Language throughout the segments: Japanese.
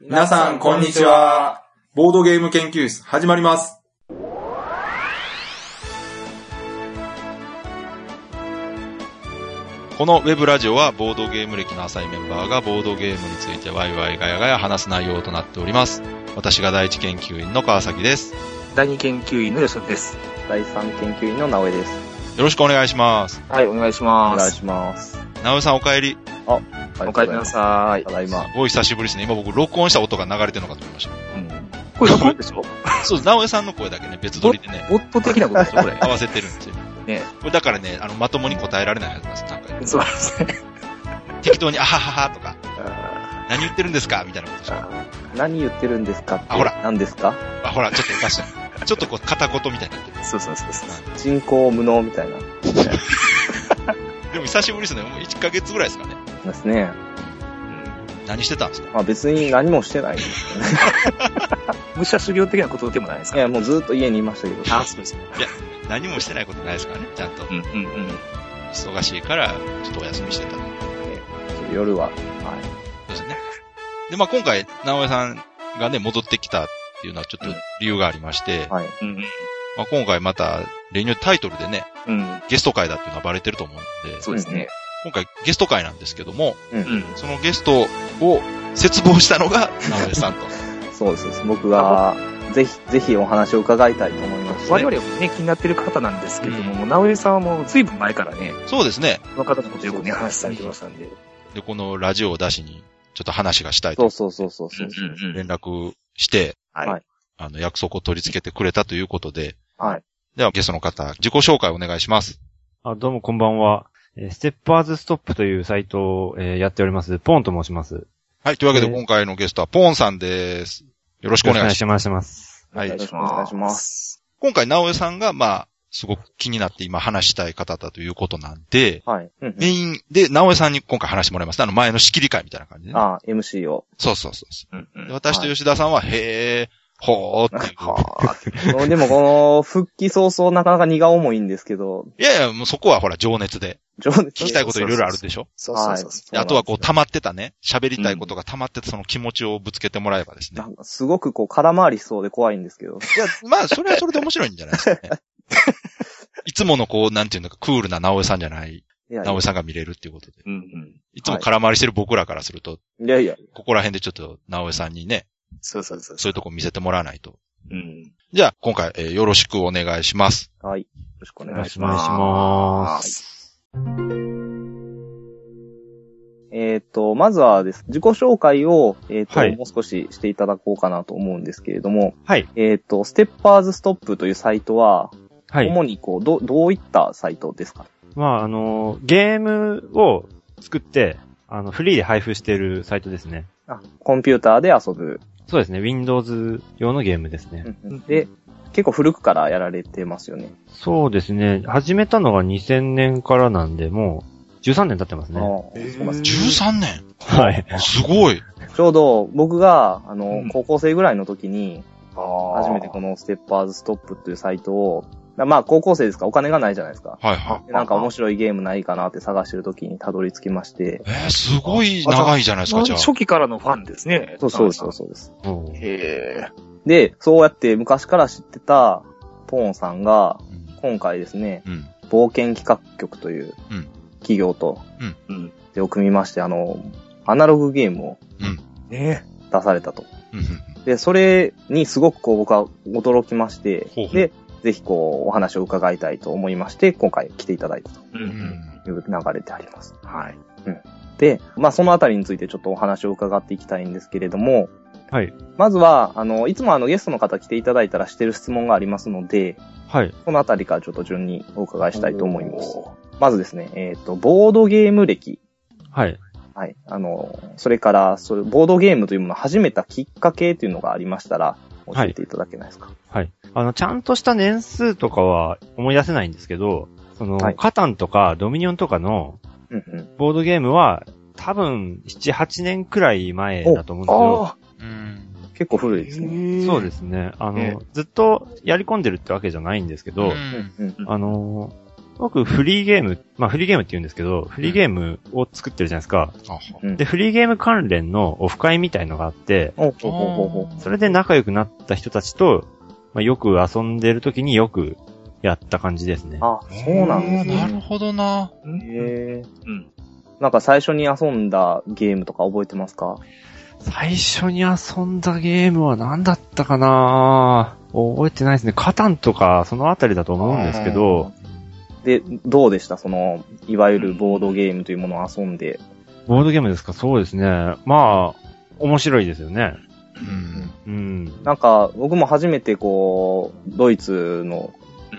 皆さん、こんにちは。ボードゲーム研究室、始まります。このウェブラジオはボードゲーム歴の浅いメンバーがボードゲームについてワイワイガヤガヤ話す内容となっております。私が第一研究員の川崎です。よ第二研究員の吉野です。第三研究員の直江です。ろしくお願いします。はい、お願いしおま願いす。します。なおさんお帰り。おお帰りなさいた。だいすま。ごい久しぶりですね。今僕録音した音が流れてるのかと思いましうん。これ録音でしょた。そうです。なおさんの声だけね、別撮りでね、ボット的なことでしょこれ。合わせてるんですよ。ねこれだからね、あの、まともに答えられないはずなんです。なんか、そうですね。適当に、あはははとか、あ何言ってるんですかみたいなことしか。ー何言ってるんですかってあほら何ですかあ、ほら、ちょっとおかしい。ちょっとこう、片言みたいになってる。そうそうそうそう。人工無能みたいな。でも久しぶりですね。もう1ヶ月ぐらいですかね。ですね。何してたんですかまあ別に何もしてないんですけどね。武者修行的なことでもないですいかや、もうずっと家にいましたけど。あーそうですね。何もしてないことないですからね、ちゃんと。うんうんうん。忙しいから、ちょっとお休みしてた。そう夜は。はですね。で、まあ今回、直江さんがね、戻ってきたっていうのはちょっと理由がありまして、い。はい。うんまあ今回また、例によってタイトルでね、うん。うん。ゲスト会だっていうのはバレてると思うんで、そうですね。今回ゲスト会なんですけども、うん。そのゲストを絶望したのが直江さんと。そうですそうです。僕が、ぜひ、ぜひお話を伺いたいと思いました。我々もね、気になってる方なんですけどうんも、もう直江さんはもう随分前からね、そうですね。この方のことよくね、話されてましたんで。で、このラジオを出しに、ちょっと話がしたいそとうそうそうそうそう。ん連絡して、はいはいあの、約束を取り付けてくれたということで、はい。ではゲストの方、自己紹介お願いします。あ、どうもこんばんは。えーステッパーズストップというサイトを、えーやっております。ポーンと申します。はい。というわけで、えー今回のゲストは、ポーンさんです。よろしくお願いします。ます。ます。はいよろしくお願いします。今回、直江さんが、まあ、すごく気になって今話したい方だということなんで、はい。うんメインで、直江さんに今回話してもらいます。あの、前の仕切り会みたいな感じで、ね。ああ、MC を。そうそうそうそうんううでん。私と吉田さんは、へー、ほーっていう。はあ。でもこの、復帰早々なかなか荷が重いんですけど、いやいや、もうそこはほら、情熱で。上手聞きたいこといろいろあるでしょそうそうそうそであとはこう、た溜まってたね、喋りたいことが溜まってたその気持ちをぶつけてもらえばですね。なんかすごくこう空回りしそうで怖いんですけど。いや、まあ、それはそれで面白いんじゃないですかね。いつものこう、なんていうのか、クールな直江さんじゃない、いやいや直江さんが見れるっていうことで。う。うんいつも空回りしてる僕らからすると、いやいや、ここら辺でちょっと直江さんにね、うん。そうそうそうそういうとこ見せてもらわないと。う。うん。じゃあ、今回、えーよろしくお願いします。はい。よろしくおお願願いいしします。まはいす。えっ、と、まずはです、自己紹介を、えっ、と、はいもう少ししていただこうかなと思うんですけれども、はい。えっ、と、ステッパーズストップというサイトは、はい。主にこう、ど、どういったサイトですかまあ、あのーゲームを作って、あの、フリーで配布しているサイトですね。あ、コンピューターで遊ぶ。そうですね。Windows 用のゲームですね。んで、結構古くからやられてますよね。そうですね。始めたのが2000年からなんで、もう13年経ってますああね。そうなんです13年はい。すごいちょうど僕が、あの、うん高校生ぐらいの時に、ああ。初めてこのステッパーズストップっていうサイトを、だまあ高校生ですからお金がないじゃないですか。はいはでなんか面白いゲームないかなって探してる時にたどり着きましてい。。えー、すごい長いじゃないですか、じゃあ。初期からのファンですね。そうそうですそうですそうです。もうへで、そうやって昔から知ってたポーンさんが、うん今回ですね、うん。冒険企画局といううん企業と、え。うん。手を組みまして、あの、アナログゲームをね出されたと。うんうん。で、それにすごくこう僕は驚きましてほうほ、うで、ぜひこうお話を伺いたいと思いまして、今回来ていただいたとう。うんんいう流れであります。はい。で、まあ、そのあたりについてちょっとお話を伺っていきたいんですけれども、はい。まずは、あの、いつもあのゲストの方来ていただいたらしてる質問がありますので、はい。そのあたりからちょっと順にお伺いしたいと思います。まずですね、えっ、と、ボードゲーム歴。はい。はい。あの、それから、それ、ボードゲームというものを始めたきっかけというのがありましたら、教えていただけないですか、はい。あの、ちゃんとした年数とかは思い出せないんですけど、その、はいカタンとかドミニオンとかのうんうん。ボードゲームは、多分、7、8年くらい前だと思うんですよ。ああ。。うん。結構古いですね。そうですすね。あの、ええずっとやり込んでるってわけじゃないんですけど、んうん。あの、僕、フリーゲーム、まあ、フリーゲームって言うんですけど、フリーゲームを作ってるじゃないですか。あはうんで、フリーゲーム関連のオフ会みたいのがあって、おほほほほ。それで仲良くなった人たちと、まあ、よく遊んでる時によくやった感じですね。あ、そうなんですなね。るほどな。へえ。うん。なんか最初に遊んだゲームとか覚えてますか最初に遊んだゲームは何だったかな覚えてないですね。カタンとか、そのあたりだと思うんですけど、で、どうでしたその、いわゆるボードゲームというものを遊んで。ボードゲームですかそうですね。まあ、面白いですよね。うん。うん。なんか、僕も初めてこう、ドイツの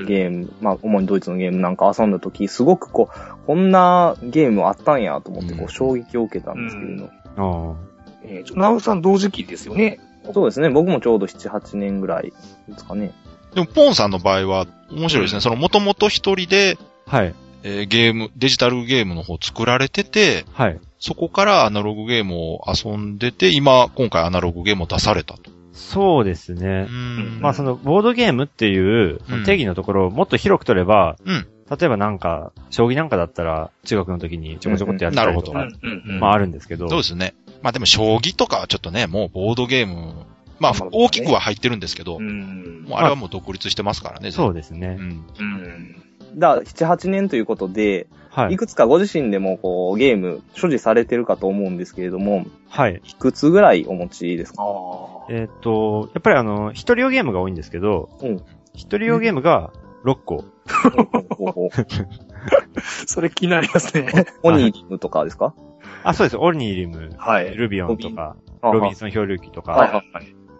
ゲーム、まあ、主にドイツのゲームなんか遊んだ時、すごくこう、こんなゲームあったんやと思って、こうんう、衝撃を受けたんですけれど。ああ。えーちょナウさん同時期ですよね。そうですね、僕もちょうど7、8年ぐらいですかね。でも、ポンさんの場合は、面白いですね。その、もともと一人で、はい。えーゲーム、デジタルゲームの方作られてて、はい。そこからアナログゲームを遊んでて、今、今回アナログゲームを出されたと。そうですね。んまあその、ボードゲームっていううん定義のところをもっと広く取れば、うん例えばなんか、将棋なんかだったら、中学の時にちょこちょこってやったりとうんなか、うんうんまああるんですけど、そうですね。まあでも、将棋とかはちょっとね、もうボードゲーム、まあ、まあ大きくは入ってるんですけど、うもん。うあれはもう独立してますからね。そうでですね。うん。うん。だから、7、8年ということで、はいい。くつかご自身でもこう、ゲーム、所持されてるかと思うんですけれども、はい。いくつぐらいお持ちですあかあ。えーっ、と、やっぱりあの、一人用ゲームが多いんですけど、うん一人用ゲームが6個。 それ気になりますね。オニリムとかですかあ、そうです。オルニーリム、はい。ルビオンとか、ロビンソン漂流記とか、はいはい。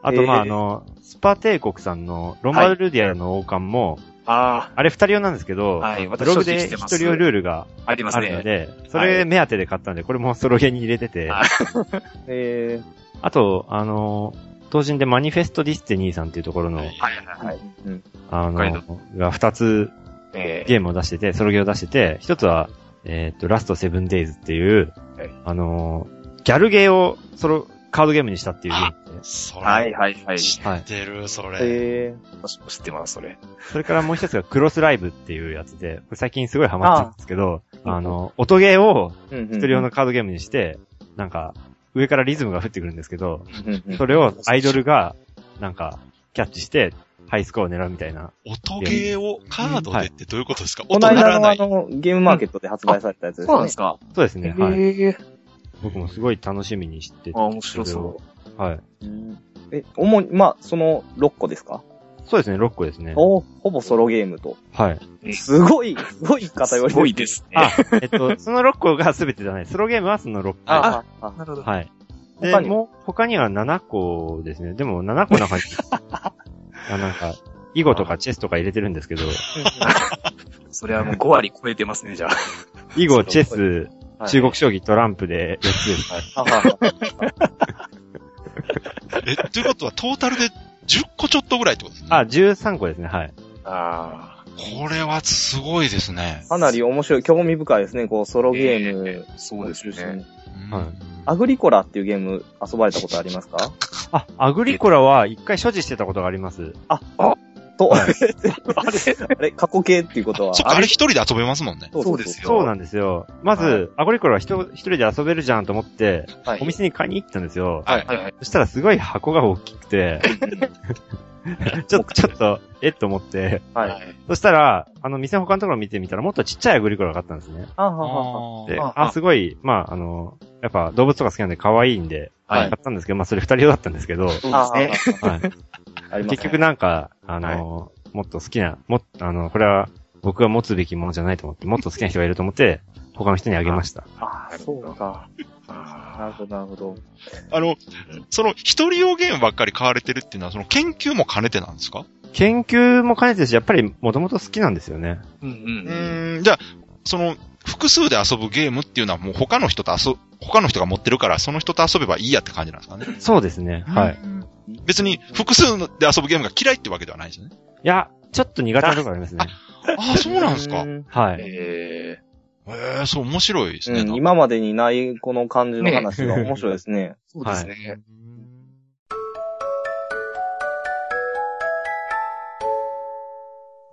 あとまあ、えーあの、スパ帝国さんのロンバルディアの王冠も、ああれ二人用なんですけあ。ど、はい。ブ私ログ承知でして一ます人用ルールがありますあるのね。で、それ目当てで買ったんで、これもソロゲーに入れてて、はいえあと、あの、当人でマニフェストディスティニーさんっていうところの、はいはいはい。はい。うん。あ北海道の、が二つえゲームを出してて、ソロゲーを出してて、一つは、えーっと、ラストセブンデイズっていうはい、あのー、ギャルゲーをソロ、カードゲームにしたっていうゲームで。それ、はいはいはい。知はいってる、それ。え私も知ってます、それ。それからもう一つがクロスライブっていうやつで、これ最近すごいハマってるんですけど、あの、音ゲーをー、うん。一人用のカードゲームにして、なんか、上からリズムが降ってくるんですけど、うんうんそれをアイドルが、なんか、キャッチして、ハイスコアを狙うみたいな。音ゲーをカードでってどういうことですか、この音な間らのなあい。の、ゲームマーケットで発売されたやつですね。か。そうですね、はい。ええ。僕もすごい楽しみにしててあ、面白そはい。うんえ、主に、まあ、その6個ですかそうですね、6個ですね。おほぼソロゲームと。はい。う。すごい、すごい偏りすごいですね。えっと、その6個が全てじゃない。ソロゲームはその6個。ああ、あなるほど。はい。で、他にももう、他には7個ですね。でも、7個の中 に、あなんか、囲碁とかチェスとか入れてるんですけど、それはもう5割超えてますね、じゃあ。囲碁、チェス、はい中国将棋、トランプで4つです。あははえ、ということは、トータルで10個ちょっとぐらいってことですね。あ、13個ですね、はい。あこれはすごいですね。かなり面白い、興味深いですね、こう、ソロゲーム。あ。そうですね。うんはいアグリコラっていうゲーム遊ばれたことありますかあ、アグリコラは一回所持してたことがあります。と、ああれれ、過去形っていうことは。そっか、あれ一人で遊べますもんね。そうそうですよ。そうなんですよ。まず、はいアグリコラは人一人で遊べるじゃんと思って、はいお店に買いに行ったんですよ。はい。はいはい。そしたらすごい箱が大きく て、ちょっと、ちょっと、えっと思って、はい。はあい。そしたら、あの、店の他のところを見てみたら、もっとちっちゃいアグリコラがあったんですね。はあはは。ーで、あああすごい、まあ、あの、やっぱ動物とか好きなんで可愛いんで、は買いったんですけど、まあ、それ二人用だったんですけど、そうああ、ですね。はいありますね結局なんか、あの、もっと好きな、もっと、あの、これは僕が持つべきものじゃないと思って、もっと好きな人がいると思って、他の人にあげました。ああ、そうか。なあるほど、なるほど。あの、その、一人用ゲームばっかり買われてるっていうのは、その研究も兼ねてなんですか研究も兼ねてるし、やっぱりもともと好きなんですよね。ーうんうんううん。ーん、じゃあ、その、複数で遊ぶゲームっていうのはもう他の人と遊、他の人が持ってるから、その人と遊べばいいやって感じなんですかね。そうですね。はい。いうん。別に、複数で遊ぶゲームが嫌いってわけではないですよね。や、ちょっと苦手なところありますね。ああ、そうなんですか。うへんはい。ええ。えー、そう、面白いですね。うん、今までにないこの感じの話が面白いですね。 そうですね。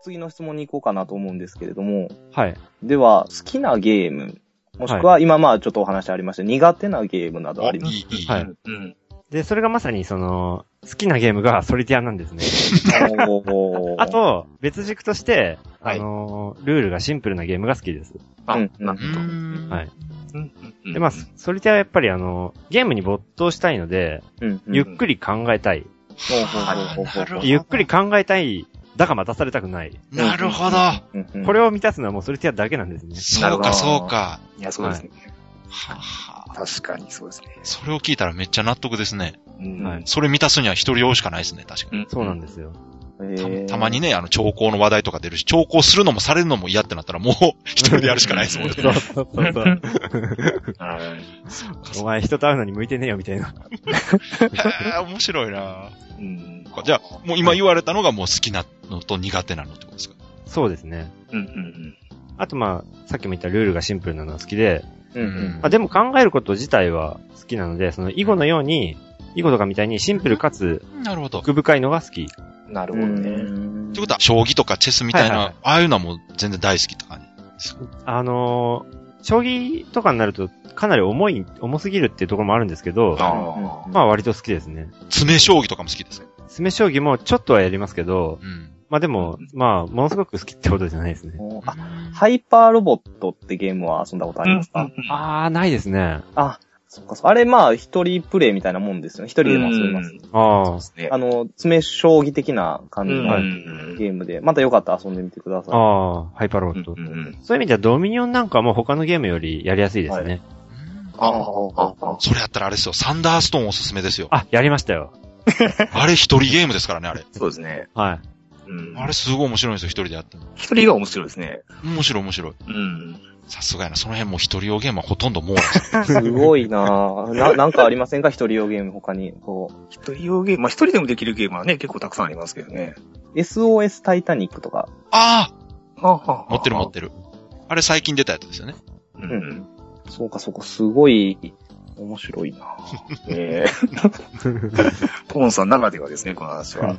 次の質問に行こうかなと思うんですけれども、はい。では、好きなゲーム、もしくは、今まあちょっとお話ありました、苦手なゲームなどおあいります。い、いい。はい。うん。で、それがまさにその、好きなゲームがソリティアなんですね。おー あ、と、別軸として、はあいのールールがシンプルなゲームが好きです。あ、うんなるうーんはいほど。うんで、まあ、ソリティアはやっぱりあの、ゲームに没頭したいので、うんうんゆっくり考えたい。はあなるほどゆっくり考えたい。だが待たされたくない。なるほど。うんうんこれを満たすのはもうソリティアだけなんですね。そうか、そうか。いや、そうですね。はあはあ確かにそうですね。それを聞いたらめっちゃ納得ですね。うんはいそれ満たすには一人用しかないですね、確かに。そうなんですよ。えたーたまにね、あの、調校の話題とか出るし、調校するのもされるのも嫌ってなったら、もう、一人でやるしかないですもん ね。そうそうそう そう。はいお前人と会うのに向いてねえよみたいな。へー面白いなうんじゃあ、もう今言われたのがもう好きなのと苦手なのってことですか そうですね。うんうんあとまあ、さっきも言ったルールがシンプルなのは好きで、うんうんまあでも考えること自体は好きなので、その囲碁のように、囲碁とかみたいにシンプルかつなるほど。って奥深いのが好き。うん。なるうほどね。んことは、将棋とかチェスみたいな、はいはいああいうのはもう全然大好きとかね。あのー将棋とかになるとかなり重い、重すぎるっていうところもあるんですけど、あうんうんまあ割と好きですね。詰将棋とかも好きです。詰め将棋もちょっとはやりますけど、うん。まあでも、まあ、ものすごく好きってことじゃないですね。おーあハイパーロボットってゲームは遊んだことありますか、あ、あー、ないですね。あ、そっかそっか。あれまあ一人プレイみたいなもんですよね。一人でも遊びます。うんあー、ねあの、詰将棋的な感じうんのゲームで、またよかったら遊んでみてください。あー、ハイパーロボット。そういう意味ではドミニオンなんかも他のゲームよりやりやすいですね。ああ、あそれやったらあれですよ、サンダーストーンおすすめですよ。あ、やりましたよ。あれ一人ゲームですからね、あれ。そうですね。はい。うんあれすごい面白いんですよ、一人でやっても。一人が面白いですね。面白い面白い。うん。さすがやな、その辺もう一人用ゲームはほとんどもう、すごいな ぁ。な、なんかありませんか一人用ゲーム他に。こ一人用ゲーム、まあ一人でもできるゲームはね、結構たくさんありますけどね。う、SOS タイタニックとか。あ持あ持ってる持ってる。あれ最近出たやつですよね。る。う。うんん。そうかそうか、すごい、面白いなぁ。ええ ポンさんならではですね、この話は。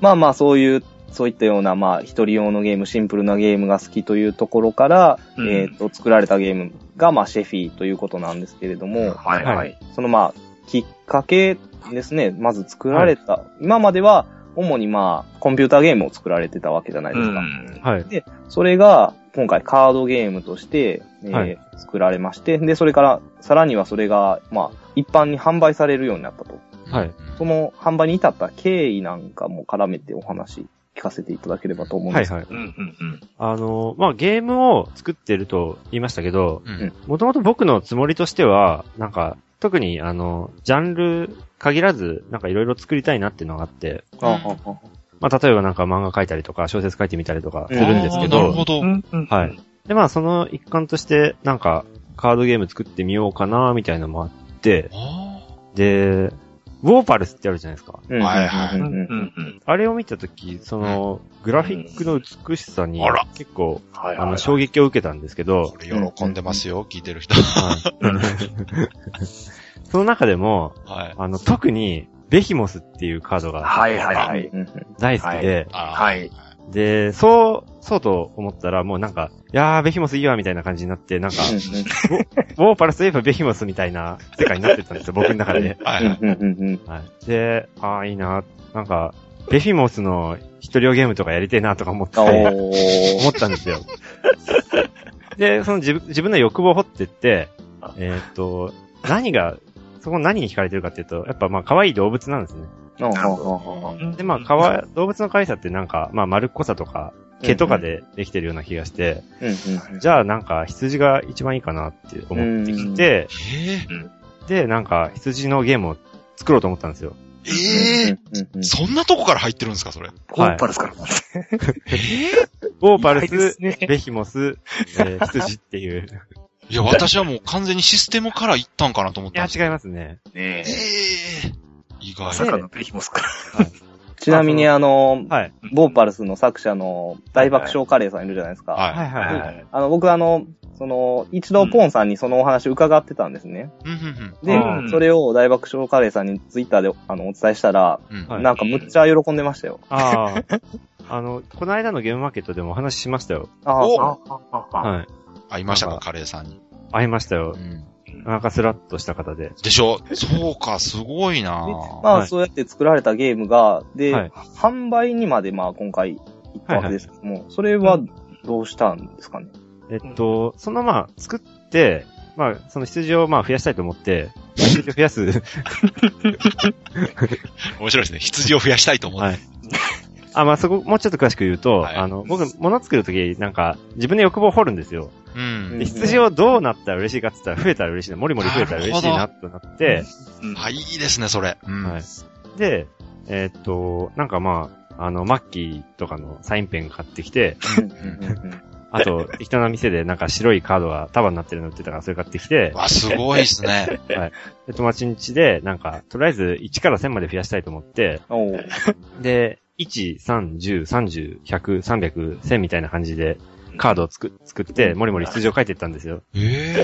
まあまあそういう、そういったような、まあ、一人用のゲーム、シンプルなゲームが好きというところから、うんえっ、と、作られたゲームが、まあ、シェフィーということなんですけれども、はいはい。そのまあ、きっかけですね、まず作られた、今までは、主にまあ、コンピューターゲームを作られてたわけじゃないですか。ん。はい。それが、今回カードゲームとして、えーはい作られまして、で、それから、さらにはそれが、まあ、一般に販売されるようになったと。はいうんその販売に至った経緯なんかも絡めてお話聞かせていただければと思うんはでいす。はい。うんうんうん。あの、まあ、ゲームを作ってると言いましたけど、うんうんもともと僕のつもりとしては、なんか、特にあの、ジャンル限らず、なんかいろいろ作りたいなっていうのがあって、はいはい。ああまあ、例えばなんか漫画書いたりとか、小説書いてみたりとかするんですあーけなど、るほど。んうんはい。で、まあ、その一環として、なんか、カードゲーム作ってみようかな、みたいなのもあって、あで、ウォーパルスってあるじゃないですか。うんうんうんうんはいはうんうんうん。あれを見たとき、その、グラフィックの美しさにうんあら、結構、はいあはの、い。衝撃を受けたんですけあ。どこ、れ喜んでますよ、聞いてる人。はいその中でも、はい。あの、特に、ベヒモスっていうカードがはいはいはい。うんうん大好きで、あーはい。で、そう、そうと思ったら、もうなんか、いやー、ベヒモスいいわ、みたいな感じになって、なんか、ウォーパルスといえばベヒモスみたいな世界になってたんですよ、僕の中で。はいはい。うんうんうんはい。で、あー、いいな、なんか、ベヒモスの一人用ゲームとかやりてえな、とか思って、お思ーったんで すよ。で、その自分自分の欲望を掘ってって、えーっと、何が、そこ何に惹かれてるかっていうと、やっぱまあ可愛い動物なんですね。なるあうんで、まあ、かわ、動物の可愛さってなんか、まあ、丸っこさとか、毛とかでできてるような気がして、ーうんじゃあなんか、羊が一番いいかなって思ってきて、えで、なんか、羊のゲームを作ろうと思ったんですよ。ー、えーうんうんうんそんなとこから入ってるんですか、それ。コンパルスからなんですね。えウォーパル意外でスす、 ねベヒモス、え ー羊っていう。ーいや、私はもう完全にシステムから行ったんかなと思っいたんや、です違いますね。ねえ。ええ意ま外。さかのベヒモスから。ちなみにあの、はい。ボーパルスの作者の大爆笑カレーさんいるじゃないですか。はいははいはい。い。あの、僕あの、その、一度ポンさんにそのお話伺ってたんですね。い。うん、うん、でう、んそれを大爆笑カレーさんにツイッターであのお伝えしたら、うん。うんはいなんかむっちゃ喜んでましたよ。ああ。あの、この間のゲームマーケットでもお話ししましたよ。あおあ、あはい。会いましたなか、んかカレーさんに。会いましたう。よん。なんかスラッとした方で。でしょそうか、すごい なでぁまはあ、いそうやって作られたゲームが、で、はい販売にまでまあ今回行ったわけですけども、それはどうしたんですかね。えっと、そのまあ、作って、まあ、その羊をまあ増やしたいと思 って、羊を増やす。面白いですね。羊を増やしたいと思って。はい。あ、まあそこ、もうちょっと詳しく言うと、はいあの、僕、物作るとき、なんか、自分の欲望を掘るんですよ。うん。で羊をどうなったら嬉しいかって言ったら、増えたら嬉しいな、もりもり増えたら嬉しいなな、となって、うんあ、いいですね、それ。うん。はい。で、えっと、なんかまあ、あの、マッキーとかのサインペン買ってきて、うんうんあと、 適当な店でなんか白いカードが束になってるの売ってたから、それ買ってきて、わ、すごいですね。 で、友達ん家で、なんか、とりあえず1から1000まで増やしたいと思って、おうで、1、3、10、30、100、300、1000みたいな感じで、カードを作作って、もりもり羊を書いていったんですよ。え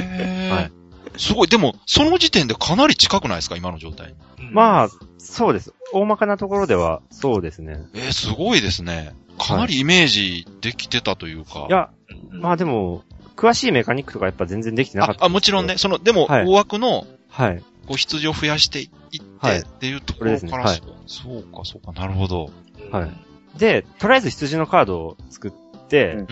えはいすごい。でも、その時点でかなり近くないですか今の状態。まあ、あ、そうです。大まかなところでは、そうですね。えー、すごいですね。かなりイメージできてたというか。いや、ままあでも、詳しいメカニックとかやっぱ全然できてなかっあた。あ、もちろんね。。その、でも、はい大枠の、はい。こう、羊を増やしていって、はいっていうとここれろですねから、はいそうか、そうか、なるほど。あ、はいで、とりあえず羊のカードを作って、うんう。ん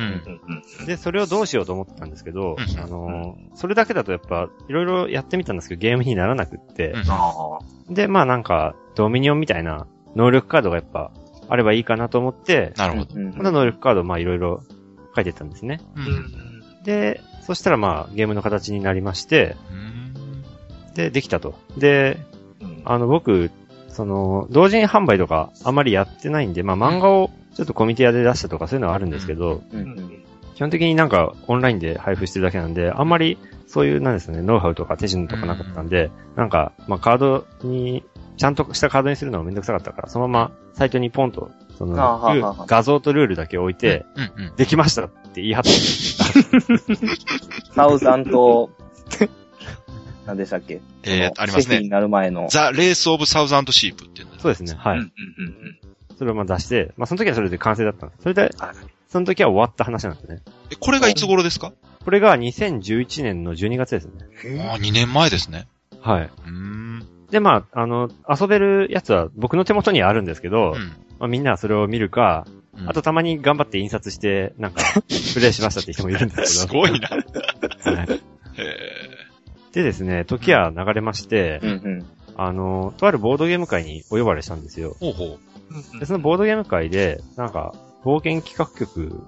うんで、それをどうしようと思ったんですけど、うんあのーそれだけだとやっぱ、いろいろやってみたんですけど、ゲームにならなくって、うんあで、まあなんか、ドミニオンみたいな能力カードがやっぱあればいいかなと思って、なるほど。うんこの能力カードをまあいろいろ書いてったんですね。うーん。で、そしたらまあゲームの形になりまして、うんで、できたと。で、うんあの僕、その、同人販売とかあまりやってないんで、まあ漫画をちょっとコミュニティアで出したとかそういうのはあるんですけど、ううんうんん基本的になんかオンラインで配布してるだけなんで、あんまりそういう、なんですよね、ノウハウとか手順とかなかったんで、なんか、まあカードに、ちゃんとしたカードにするのがめんどくさかったから、そのままサイトにポンと、その、あははは画像とルールだけ置いて、うんうん。できましたって言い張って、サウザンと、何でしたっけえー、ありますシェフね。になる前の。ザ・レース・オブ・サウザンド・シープっていうんです。そうですね、はうんい。うんうんそれをまあ出して、まあその時はそれで完成だったんです。それであ、その時は終わった話なんですね。えこれがいつ頃ですかこれが2011年の12月ですね。ああ、2年前ですね。はい。うーん。で、まあ、あの、遊べるやつは僕の手元にあるんですけうど、んまあ、みんなはそれを見るか、うんあとたまに頑張って印刷して、なんか、プレイしましたって人もいるんで すすけごいな。ど。はいえでですね、時は流れましてう、んうん。あの、とあるボードゲーム会にお呼ばれしたんですよー、。ほうほうんで、そのボードゲーム会で、なんか、冒険企画局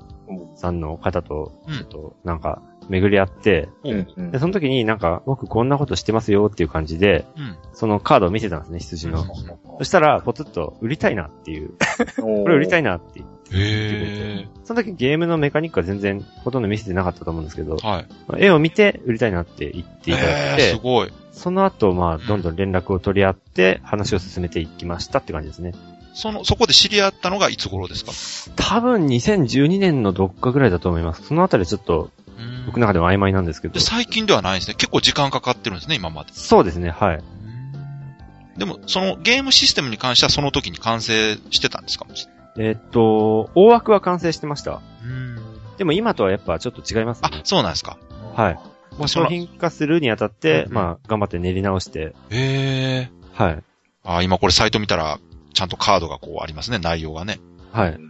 さんの方と、うんちょっと、なんか、巡り合って、う。ほうう。んうんで、その時になんか、僕こんなことしてますよっていう感じで、うん。そのカードを見せたんですね、羊の。そしたら、ポツッと、売りたいなっていう、ここれ売りたい。いなって言ってへえ。その時ゲームのメカニックは全然ほとんど見せてなかったと思うんですけど、はい。まあ絵を見て売りたいなって言っていたえだいー、すて、ごい。その後、まあ、どんどん連絡を取り合って、話を進めていきましたって感じですね。その、そこで知り合ったのがいつ頃ですか多分2012年のどっかぐらいだと思います。そのあたりちょっと、僕の中でも曖昧なんですけどで、。最近ではないんですね。結構時間かかってるんですね、今まで。そうですね、はい。でも、そのゲームシステムに関してはその時に完成してたんですかもしれない。えーっと、大枠は完成してました。うん。でも今とはやっぱちょっと違いますあ、ね。そうなんですか。はい。まあ、そ商ら品化するにあたってう、んまあ、頑張って練り直して、へえ。はい。あ、今これサイト見たら、ちゃんとカードがこうありますね、内容がね。うはい。んだか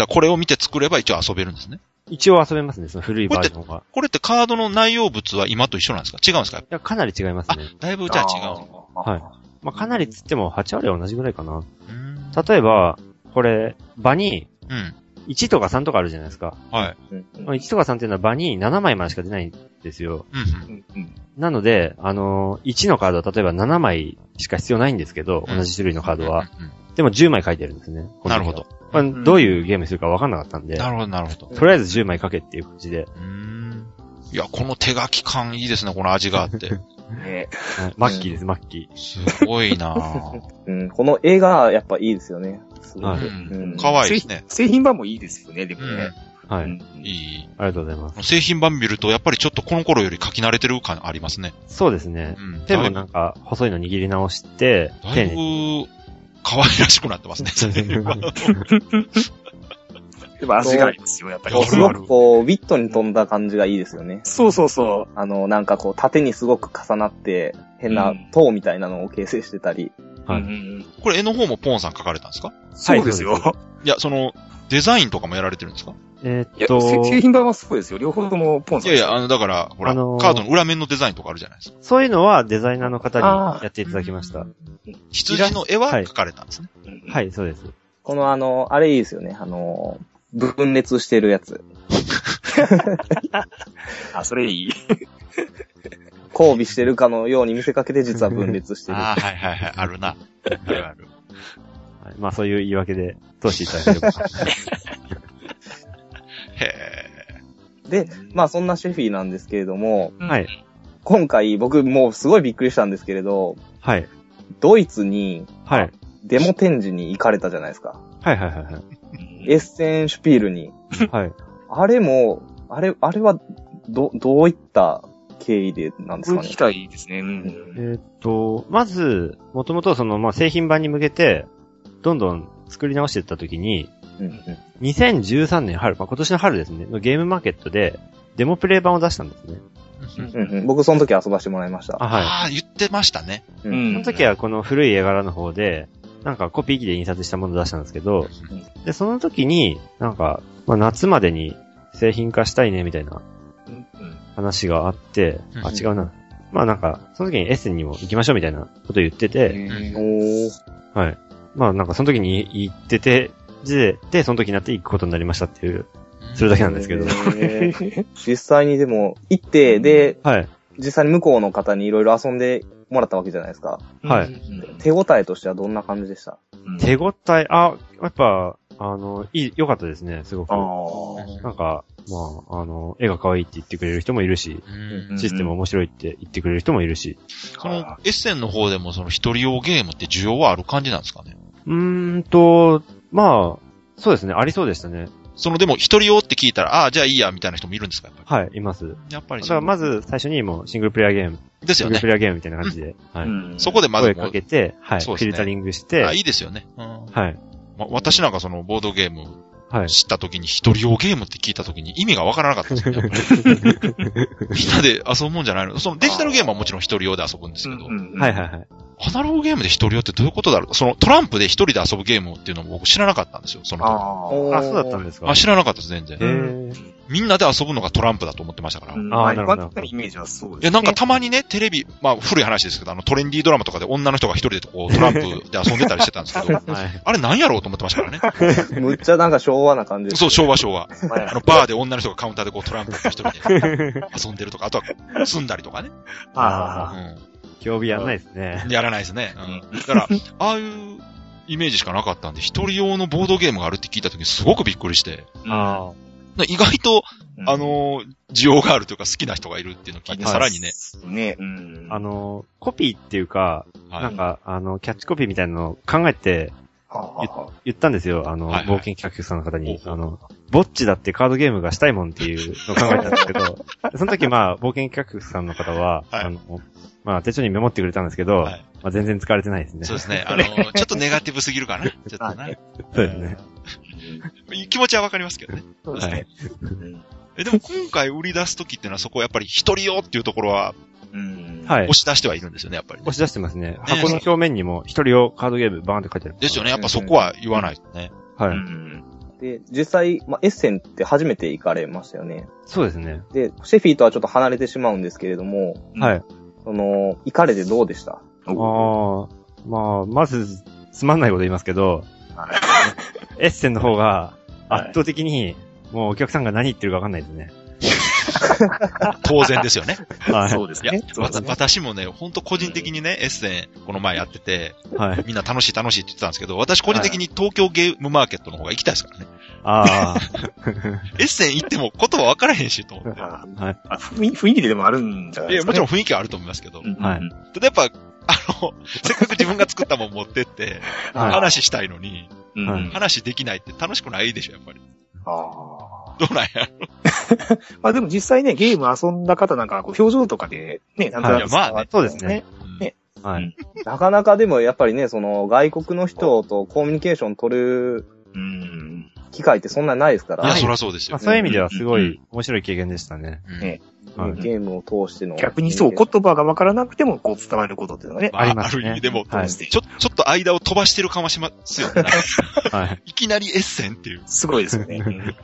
らこれを見て作れば一応遊べるんですね。一応遊べますね、その古いバージョンが。いこれってカードの内容物は今と一緒なんですか違うんですかや、かなり違いますね。だいぶじゃあ違う。はいまあ、かなりつっても8割は同じぐらいかな。うん。例えば、これ、場にうん。 1とか3とかあるじゃないですか。はい。うんうんまあ1とか3っていうのは場に7枚までしか出ないんですよ。うんううんうんなので、あのー、1のカードは例えば7枚しか必要ないんですけど、うん同じ種類のカーん。ドは。うんうんでも10枚書いてるんですね。このな時はるほど。。まあ、どういうゲームにするか分かんなかったんで、なるほど、なるほど。とりあえず10枚書けっていう感じで、うーん。いや、この手書き感いいですね、この味があ って。ねはいマッキーです、マッキすごいなぁ。うんこの絵がやっぱいいですよね。すごはういく。ん。かわいいですね。製品版もいいですよね、でもうねん。。ー。はい。うんいい。ありがとうございます。製品版見ると、やっぱりちょっとこの頃より書き慣れてる感ありますね。そうですうね。ん。手もだなんか、細いの握り直して、い丁寧に。 ぶ、可愛らしくなってますね。でも味がありますよ、やっぱり。すごくこう、ウィットに飛んだ感じがいいですよね。そうそうそあの、なんかこう、縦にすごく重なって、変うなん塔みたいなのを形成してたり。う。はいうんうんこれ絵の方もポンさん描かれたんですかそうですよ。はいや、その、デザインとかもやられてるんですかえいーっや、 と、せ製品版はすごいですよ。両方ともポンいさん。やいや、あの、だから、ほら、あのーカードの裏面のデザインとかあるじゃないですか。そういうのはデザイナーの方にあーやっていただきました。羊の絵ははい描かれたんですね。うんはい、そうです。このあの、あれいいですよね。あの、分裂してるやつ。あ、それいい。交尾してるかのように見せかけて実は分裂して る。ああ、はいはいはい、あるな。あるある。はいまあ、そういう言い訳で通していただければ。へえ。で、まあそんなシェフィーなんですけれども、 はい。今回僕もうすごいびっくりしたんですけれど、はい。ドイツにはい。デモ展示に行かれたじゃないですか。はい、はい、はいは エッセンシュピールに。い。はい。あれも、あれ、あれは、ど、どういった経緯でなんですこかれね期。待ですね。うえん。ーっと、まず、もともとその、まあ、製品版に向けて、どんどん作り直していったときに、うんうん2013年春、まあ、今年の春ですね、のゲームマーケットで、デモプレイ版を出したんですね。うんうん僕その時遊ばしてもらいました。あ、はい。ああ、言ってましたね。ううんその時はこの古い絵柄の方で、なんかコピー機で印刷したものを出したんですけど、で、その時に、なんか、まあ、夏までに製品化したいね、みたいなうん話があって、うんあ、違うな。まあなんか、その時にエッセンにも行きましょうみたいなこと言ってうて、んおーはい。まあなんかその時に行ってて、で、で、その時になって行くことになりましたっていう、それだけなんですけど。へー 実際にでも、行って、で、はい。実際に向こうの方にいろいろ遊んでもらったわけじゃないですか。はい手応えとしてはどんな感じでした手応え、あ、やっぱ、あの、いい、良かったですね、すごく。あなあ。んか、まあ、あの、絵が可愛いって言ってくれる人もいるし、うんうんシステム面白いって言ってくれる人もいるし。その、エッセンの方でもその一人用ゲームって需要はある感じなんですかねうーんと、まあ、そうですね、ありそうでしたね。その、でも一人用って聞いたら、ああ、じゃあいいや、みたいな人もいるんですかやっぱはい、います。り。やっぱりだそからのまず最初にもうシングルプレイヤーゲーム、ですシンよグルねプ。レイヤーゲームみたいな感じで、はい。うんそこでまず声もかうけて、はい、フそうですィねルタリングしあ、いて、いですよね。うんはい、ま私なんかその、ボードゲームはい。 知った時に一人用ゲームって聞いた時に意味がわからなかったんです よ、ね。みんなで遊ぶもんじゃないの。そのデジタルゲームはもちろん一人用で遊ぶんですけど、はいい。はいはい。アナログゲームで一人用ってどういうことだろうそのトランプで一人で遊ぶゲームっていうのも僕知らなかったんですよ、その時あおーあ、そうだったんですかあ、知らなかったです、全然へ。ーみんなで遊ぶのがトランプだと思ってましたから。いあ。ああーあ、ななるるほほどど。イメージはそうでや、す。なんかたまにね、テレビ、まあ古い話ですけど、あのトレンディードラマとかで女の人が一人でこうトランプで遊んでたりしてたんです けど、はい。あれなんやろうと思ってましたからね。むっちゃなんか昭和な感じですそう、昭和昭和。前あの、バーで女の人がカウンターでこうトランプを一人 で遊んでるとか、あとは住んだりとかね。ああ、う興味やんないですね。ん。やらないですね。うん。だから、ああいうイメージしかなかったんで、一人用のボードゲームがあるって聞いた時にすごくびっくりして、あな意外と、うんあ、のー、需要があるというか好きな人がいるっていうのを聞いて、はいさらにね、。ね、うん。あ、の、コピーっていうか、はいなんか、あの、キャッチコピーみたいなのを考えて言ったんですよ。あの、はいはい冒険企画さんの方に。ほうあの、ぼっちだってカードゲームがしたいもんっていうのを考えたんですけど、その時まあ、冒険企画さんの方は、はいあの、まあ、手帳にメモってくれたんですけど、はいまあ、全然使われてないですね。そうです ね、あのー、ちょっとネガティブすぎるかな。ちょっとね。そうですね。うん気持ちはわかりますけどね。そうですね。うんえでも今回売り出す時っていうのはそこはやっぱり一人用っていうところはうん。はい押。し出してはいるんですよね、やっぱりね、押し出してますね。箱の表面にも、一人用カードゲームバーンって書いてある。ですよね、やっぱそこは言わないとね。はうい。ん。で、実際、まあ、エッセンって初めて行かれましたよね。そうですね。で、シェフィーとはちょっと離れてしまうんですけれども、うんはい。その、行かれてどうでしたああ、まあ、まず、つまんないこと言いますけど、はいエッセンの方が、はい圧倒的に、もうお客さんが何言ってるか分かんないですね。当然ですよね。はそうですいやね。、そうわですたね私もね、ほんと個人的にね、エッセン、この前やってて、い。はい。みんな楽しい楽しいって言ってたんですけど、私個人的に東京ゲームマーケットの方が行きたいですからね。あエッセン行っても言葉分からへんしと思って。ああ、はい。あ雰囲雰囲気でもあるんじゃないいでや、すかもね。ちろん雰囲気はあると思いますけど、うんはいただやっぱ、あの、 せっかく自分が作ったもん持ってって、は話したいのに、うんはい話できないって楽しくないでしょ、やっぱり。あどうなんや。ーまあでも実際ね、ゲーム遊んだ方なんか、こう表情とかで、ね、なんとなく伝わはっいてそうですね。うんねい。はい。なかなかでもやっぱりね、その、外国の人とコミュニケーション取るうん。機会ってそんなにないですかいや、ら、そりゃそうですまよあ、。そういう意味ではすごうい面白い経験でしたね。うんはいゲームを通しての。逆にそう、言葉がわからなくても、こう伝わることっていうのがね、まあありまあするね意味でも、はいちょ、ちょっと間を飛ばしてるかもしますよね。なんかはい。いきなりエッセンっていう。すごいですよね。うん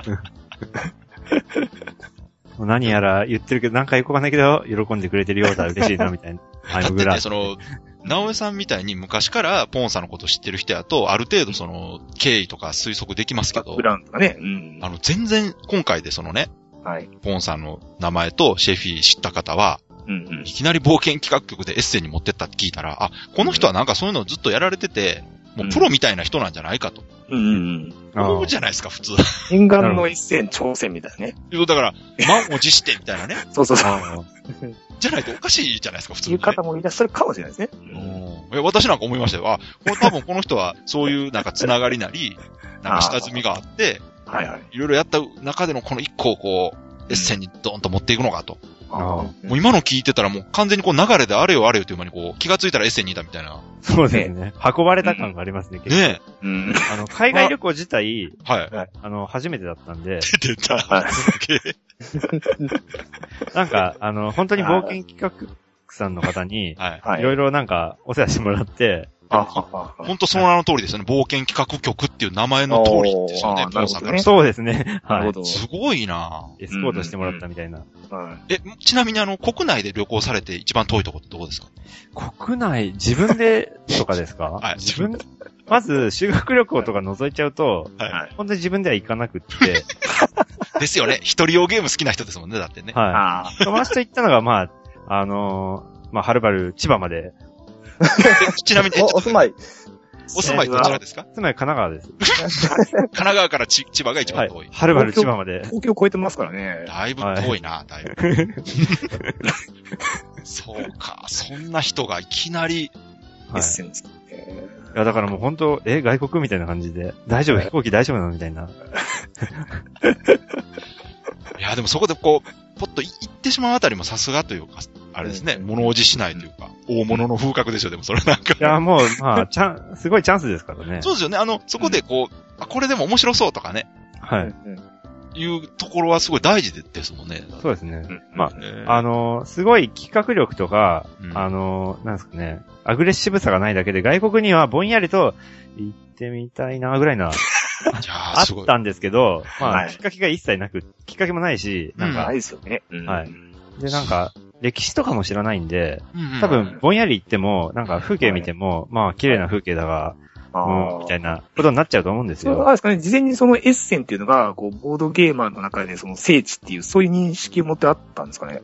もう何やら言ってるけど、なんかよくわかんないけど、喜んでくれてるようだ、嬉しいな、みた いな。タだイっムてグラね、ス。その、直江さんみたいに昔からポンさんのこと知ってる人やと、ある程度その、経緯とか推測できますけバックどグ、ラウンドがね。うんあ。の、全然今回でそのね、はい。ポンさんの名前とシェフィー知った方は、うんうんい。きなり冒険企画局でエッセンに持ってったって聞いたら、あ、この人はなんかそういうのをずっとやられてて、もうプロみたいな人なんじゃないかと。うんうんうん。あ思うーじゃないですか、普通。 念願の一戦挑戦みたいなね。だから、満を持してみたいなね。そうそうそう。あじゃないとおかしいじゃないですか、普通いに、うね。方もいらっしゃるかもしれないですね。うんいや私なんか思いましたよ。あ、これ多分この人はそういうなんかつながりな り、なんか下積みがあって、はいはい。いろいろやった中でのこの一個をこう、エッセンにドーンと持っていくのかと。ーあー。もう今の聞いてたらもう完全にこう流れであれよあれよという間にこう、気がついたらエッセンにいたみたいな。そうですね。運ばれた感がありますね、結構。ねうん。あの、海外旅行自体、え。はい。あの、初めてだったんで、 出てた。はすげえなんか、あの、本当に冒険企画さんの方に、はい。はいい。ろいろなんかお世話してもらって、あああ本当その名の通りですよね。冒険企画局っていう名前の通りですよねお、ーポンさんからえそうですね。なるはほい。ど。すごいなエスコートしてもらったみたいな。はいえ、ちなみにあの、国内で旅行されて一番遠いとこってどこ ですか国内、自分でとかですかはい自分、まず修学旅行とか覗いちゃうと、は本当に自分では行かなくって、い。ですよね。一人用ゲーム好きな人ですもんね、だって ね。はああい。友達と行ったのが、まあ、あのーまあ、はるばる千葉まで、えちなみに、えちょっおとお住まい。お住まいどちら ですかつまり神奈川で神奈川からち千葉が一す。は番遠いい。。はるばる千葉まで。東京超えてますからね。だいぶ遠いな、だいぶ。 そうか、そんな人がいきなり、エはッい。センス。えいや、だからもう本当、え、外国みたいな感じで、大丈夫、はい飛行機大丈夫なのみたいな。いや、でもそこでこう、ポッとい行ってしまうあたりもさすがというか、あれですね、うん物おじしないというか、大物の風格でしょ、でもそれなんいや、か。もう、まあ、チャン、すごいチャンスですからね。そうですよね、あの、そこでこう、あ、これでも面白そうとかね、はい。うんいうところはすごい大事でですもんね。そうですねえ。うんまあねあのー、すごい企画力とか、うんあのー、なんですかね、アグレッシブさがないだけで、外国にはぼんやりと行ってみたいな、ぐらいな、いやあー、 すごっい。たんですけど、まはあ、いきっかけが一切なく、きっかけもないし、なんなかい、ですよね。うんはいで、なんか、歴史とかも知らないんで、うんうん多分、ぼんやり行っても、なんか風景見ても、まあ、綺麗な風景だが、あうあん、みたいなことになっちゃうと思うんですそれよはあ。れですかね、事前にそのエッセンっていうのが、こう、ボードゲーマーの中でその聖地っていう、そういう認識を持ってあったんですかね。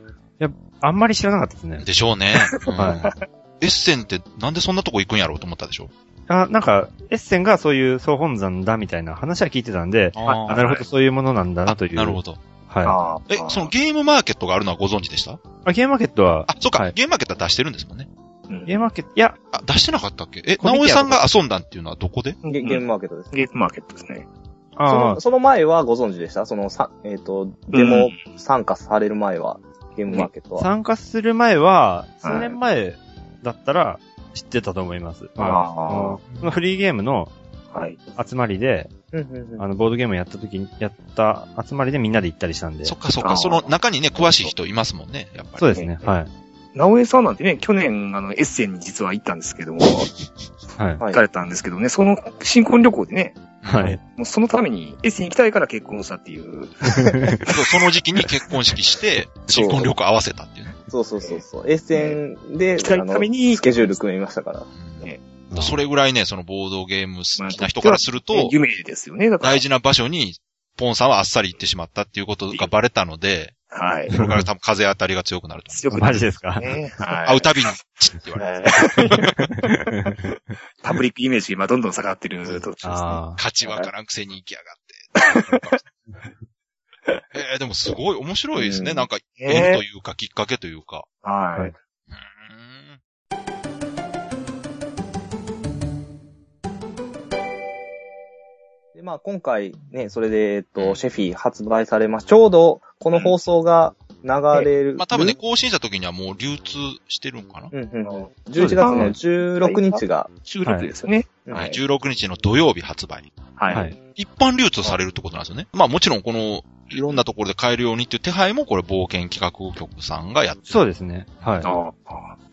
あんまり知らなかったですね。でしょうね。うんはエッセンってなんでそんなとこ行くんやろうと思ったでしょあなんか、エッセンがそういう総本山だみたいな話は聞いてたんで、ああなるほど、そういうものなんだあなという。なるほど。ど。はい。ああえ、その、ゲームマーケットがあるのはご存知でしたあゲームマーケットはあ、、そうか、はいゲームマーケットは出してるんですもんね。うんゲーゲムマーケット、いや、あ、出してなかったっけえ、コミ直江ケやさんが遊んだっていうのはどこでゲゲームマーケットです。ームマーケットですね。そああの、その前はご存知でしたそのさ、えっ、と、デモ参加される前は、ゲームマーケットは。参加する前は、数年前だったら知ってたと思います。まあああのーそのフリーゲームのはい。集まりで、うんうんうんあの、ボードゲームやった時に、やった集まりでみんなで行ったりしたんで。そそっかそっあか、ーその中にね、詳しい人いますもんね、やっぱり。うですね。はい。直江さんなんてね、去年、あの、エッセンに実は行ったんですけども、行はい。はいかれたんですけどね、その、新婚旅行でね、はい。もうそのために、エッセン行きたいから結婚したっていう。そうその時期に結婚式して、そう新婚旅行合わせたっていうね。そうそうそうそう。エッセンで、行きたいあのためにスケジュール組みましたから。うんそれぐらいね、そのボードゲーム好きな人まあからすると、夢ですよね、だから。大事な場所に、ポンさんはあっさり行ってしまったっていうことがバレたので、はい。これから多分風当たりが強くなると。強くなマるジですかね。は会い。うたびに、チッって言われる。 はいパブリックイメージが今どんどん下がってる途中ですね。ああ。価値わからんくせに行きやがって。えー、でもすごい面白いですね。うんなんか、ね縁というか、きっかけというか。はい。うで、まあ今回ね、それで、えっうと、んシェフィ発売されます。ちょうど、この放送が流れる。ーんまあ多分ね、更新した時にはもう流通してるんかな。うんうんうん。11そうで月すの16日が、収録ですよね。うんはい、16日の土曜日発売。はい。はい。一般流通されるってことなんですよね。まあもちろんこの、いろんなところで買えるようにっていう手配もこれ冒険企画局さんがやってる。そうですね。はい。あだか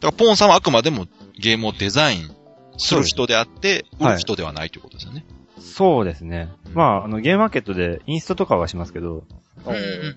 らポンさんはあくまでもゲームをデザインする人であって、は売いる人ではないということですよね。そうですね。まあ、あの、ゲームマーケットでインストとかはしますけど、ううんん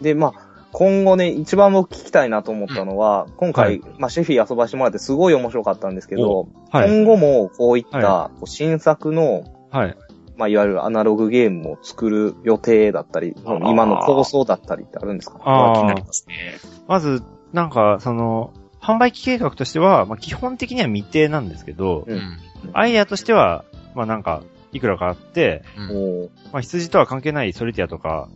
で、まあ、今後ね、一番僕聞きたいなと思ったのは、今は回、いまあ、シェフィー遊ばしてもらってすごい面白かったんですけど、はい。今後もこういったはこう新作の、はい。まあ、いわゆるアナログゲームを作る予定だったり、あー今の構想だったりってあるんですかあ、気にあなあり、ますね。まず、なんか、その、販売期計画としては、まあ、基本的には未定なんですけど、ううんんアイデアとしては、まあ、なんか、いくらかあって、うんうんおーまあ、羊とは関係ないソリティアとか、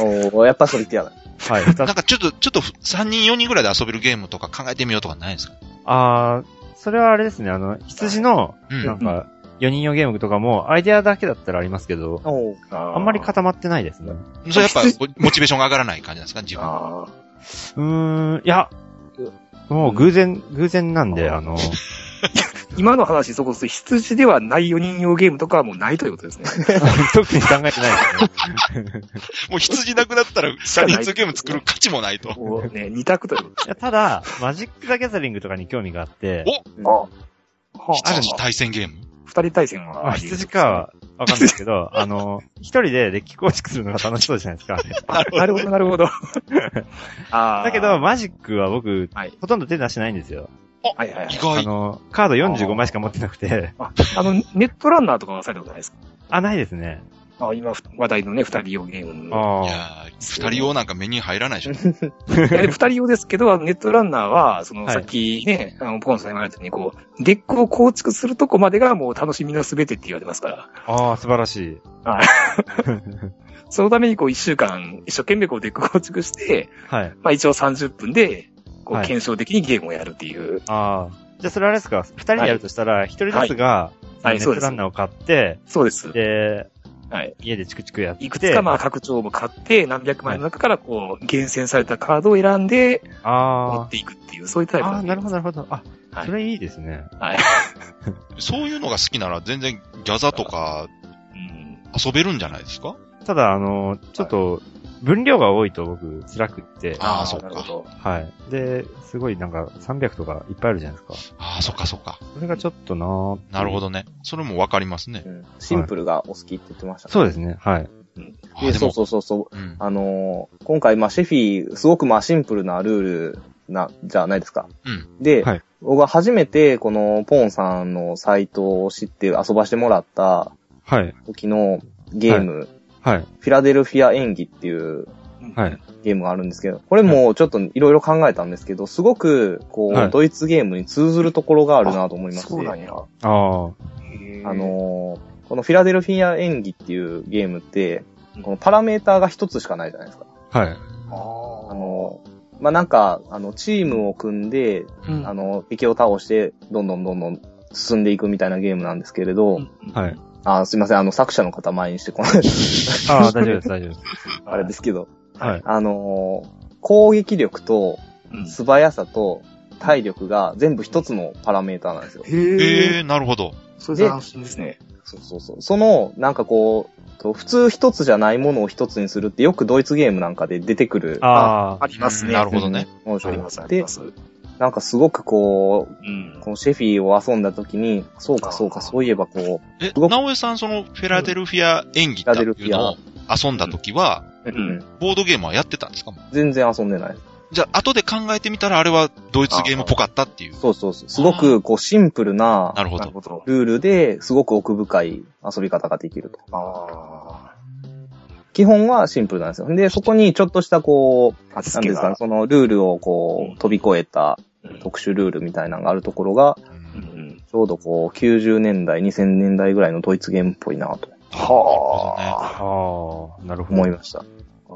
おーやっぱそれってやだ。 はい、な二んつ、かちょっと、ちょっと3人4人ぐらいで遊べるゲームとか考えてみようとかないですかああ、それはあれですね、あの、羊の、うんなんか、4人用ゲームとかも、アイデアだけだったらありますけど、おーああんまりか固まってないですね。それやっぱモチベーションが上がらない感じなんですか自分。ああ。うーん、いや、もう偶然、偶然なんで、あの、 今の話、そこそこ羊ではない4人用ゲームとかはもうないということですね。 特に考えてないですね。もう羊なくなったら3人数ゲーム作る価値もないと。こうね、二択というこいやただ、マジック・ザ・ギャザリングとかに興味があっとて、です。ああ。はあ、ある羊対戦ゲーム二人対戦まはあ、あり得る羊かはわかんないですけど、あの、一人でデッキ構築するのが楽しそうじゃないですか。なるほど、な るほど。ああ。だけど、、マジックは僕、はいほとんど手出してないんですよ。はいはいは意い。あ外。の、カード45枚しか持ってなくて、ああの、ネットランナーとかはされたことないですかあ、ないですね。あ今話題のね、二人用ゲームの。あいあ。やー二人用なんか目に入らないでしょ。いやでも二人用ですけど、あのネットランナーは、その、はいさっきね、あの、ポンさんに言われたように、こう、デックを構築するとこまでがもう楽しみのすべてって言われますから。ああ、素晴らしい。はそのために、こう、一週間、一生懸命こう、デック構築して、はい。まあ一応30分で、こう、はい検証的にゲームをやるっていう。ああ。じゃあ、それあれですか二人でやるとしたら、一人ずつが、そのはいネッそうトですランナーを買って、そうです。で、はい。家でチクチクやって、いくつかまあ拡張も買って、何百枚の中からこう、厳選されたカードを選んで、持あっていくっていう、そういうタあ。イプああ、なるほど、ど。なるほど。あ、はいそれいいですね。はい。そういうのが好きなら全然ギャザとかうん遊べるんじゃないですかただ、あの、ちょっと、分量が多いと僕、辛くって、あーそっかなるほど。はい。で、すごいなんか、300とかいっぱいあるじゃないですか。ああ、そっかそっか。それがちょっとなーなるほど。どね。それもわかりますねう。んシンプルがお好きって言ってましたね、そうですね、はい。あーででそうも、そうそうそう。うんあのー今回、まあ、シェフィー、すごくまあ、シンプルなルールな、じゃないですか。うんで、はい僕は初めて、この、ポーンさんのサイトを知って遊ばしてもらったはい。時のゲーム、はい。フィラデルフィア演技っていうはい。ゲームがあるんですけど、これもちょっといろいろ考えたんですけど、すごく、こう、はいドイツゲームに通ずるところがあるなと思いまして。そうなんや。ああ。はあ、のーこのフィラデルフィア演技っていうゲームって、このパラメーターが一つしかないじゃないですか。い。ああの、まあ、なんか、あの、チームを組んで、うんあの、敵を倒して、どんどんどんどん進んでいくみたいなゲームなんですけれど、はい。あ、すいません、あの、作者の方前にしてこない、 ああ、大丈夫です、大丈夫です。あれですけど、はい。あのー攻撃力とうん素早さと体力が全部一つのパラメーターなんですよ。えへええ。ー、なるほど。それで安心ですね。そうそうそう。その、なんかこう、と普通一つじゃないものを一つにするってよくドイツゲームなんかで出てくる。あありますうんね。なるほどね。ものであります、あります。うなんかすごくこう、ん。このシェフィーを遊んだ時に、そうあかーそうか、そういえばこう、え、すごく直江さん、そのフェラデルフィア演技っていうのを遊んだ時は、うん。ボードゲームはやってたんですかもう全然遊んでない。じゃあ、後で考えてみたら、あれはドイツゲームっぽかったっていう。そうそうそう。すごくこうシンプルななるほなるほど。ど。ルールで、すごく奥深い遊び方ができると。あ基本はシンプルなんですよ。で、そこにちょっとしたこう、あ。味なん付でけすかね、が。そのルールをこうんう、飛び越えたうん特殊ルールみたいなのがあるところうが、うんんちょうどこう、90年代、2000年代ぐらいのドイツゲームっぽいなとはあ。ああ、なるほど。思いました。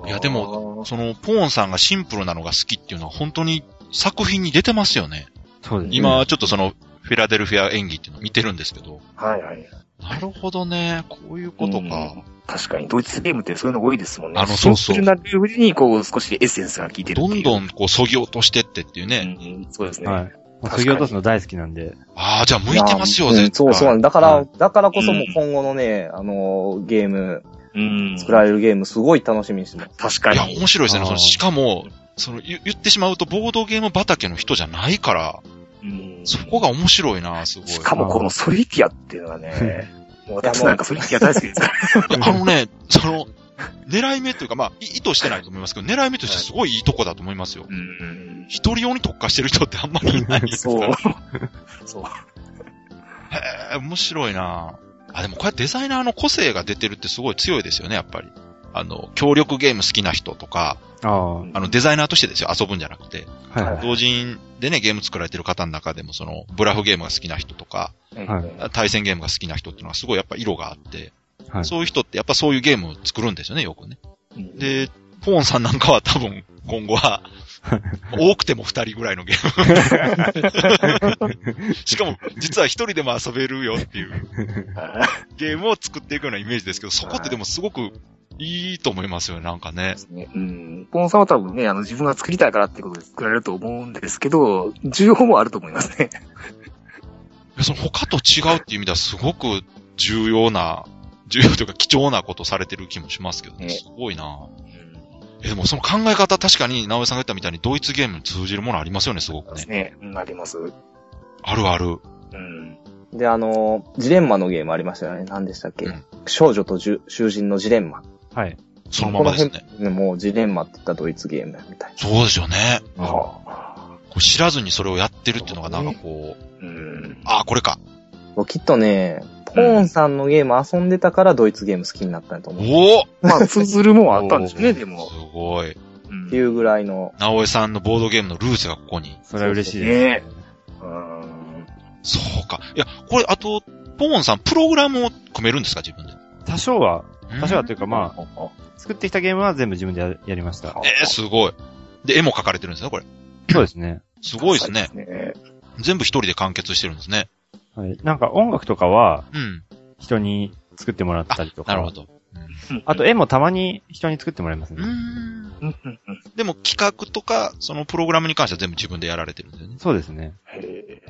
いやでも、その、ポーンさんがシンプルなのが好きっていうのは、本当に作品に出てますよね。そうですね。今、ちょっとその、フェラデルフィア演技っていうのを見てるんですけど。はいはい。なるほどね。こういうことか。確かに、ドイツゲームってそういうの多いですもんね。あのそうそシンうプルなルールに、こう、少しエッセンスが効いてるどんどん。んこう、そぎ落としてってっていうね。うんそうですね。はい。まあ、釘を落とすの大好きなんで、ああ、じゃあ向いてますよ、うん絶対。そうそうなんだ。だかうら、だからこそもううん今後のね、あの、ゲーム、うん。作られるゲームすごい楽しみにしてま確す。かいや、に。面白いですね。あーそのしかも、その、言言ってしまうと、ボードゲーム畑の人じゃないから、うんそこが面白いな、すごい。しかもこのソリティアっていうのはね、もう私なんかソリティア大好きです から。いやあのね、その、狙い目というか、まあ、い意図してないと思いますけど、狙い目としてすごいいいとこだと思いますよ。うん。一人用に特化してる人ってあんまりいないです かそう ら。。そう。へえ、面白いなあ、でもこうやってデザイナーの個性が出てるってすごい強いですよね、やっぱり。あの、協力ゲーム好きな人とか、ああ、はあの、デザイナーとしてですよ、遊ぶんじゃなくて。いはい。同人でね、ゲーム作られてる方の中でも、その、ブラフゲームが好きな人とか、はい対戦ゲームが好きな人っていうのはすごいやっぱ色があって、はいそういう人ってやっぱそういうゲームを作るんですよね、よくね。うんで、ポーンさんなんかは多分今後は、多くても二人ぐらいのゲーム。しかも、実は一人でも遊べるよっていうゲームを作っていくようなイメージですけど、そこってでもすごくいいと思いますよね、なんかね。ねうん。ポンさんは多分ね、あの、自分が作りたいからってことで作られると思うんですけど、需要もあると思いますね。いやその他と違うっていう意味ではすごく重要な、重要というか貴重なことされてる気もしますけどね。ねすごいなえ、でもその考え方確かに直江さんが言ったみたいにドイツゲームに通じるものありますよね、すごでくねす。ね。うん、あります。うあるある。ん。で、あの、ジレンマのゲームありましたよね。何でしたっけ、うん少女とじゅ囚人のジレンマ。はい。そのままですこね。の辺もうジレンマって言ったらドイツゲームみたいそうですよね。はあ。こう知らずにそれをやってるっていうのがなんかこう、うん。ああ、これか。な。もうきっとね、ポーンさんのゲーム遊んでたからドイツゲーム好きになったんだと思う。っおおまあ、通ずるもんはあったんでしょうおね、ーでもす。ごい。うんていうぐらいの、直江さんのボードゲームのルーツがここに。それは嬉しいです、ね。うん。そうか。いや、これ、あと、ポーンさん、プログラムを組めるんですか、自分で。多少は、多少はというかまああ。あ、作ってきたゲームは全部自分でややりました。えー、すごい。で、絵も描かれてるんですね、これ。そうですね。すごいですね。ね。全部一人で完結してるんですね。はい。なんか音楽とかはうん。人に作ってもらったりとか。なるほ。ど。あと絵もたまに人に作ってもらいますうね。ん。うんうんうんでも企画とか、そのプログラムに関しては全部自分でやられてるんだよね。そうですね。へえ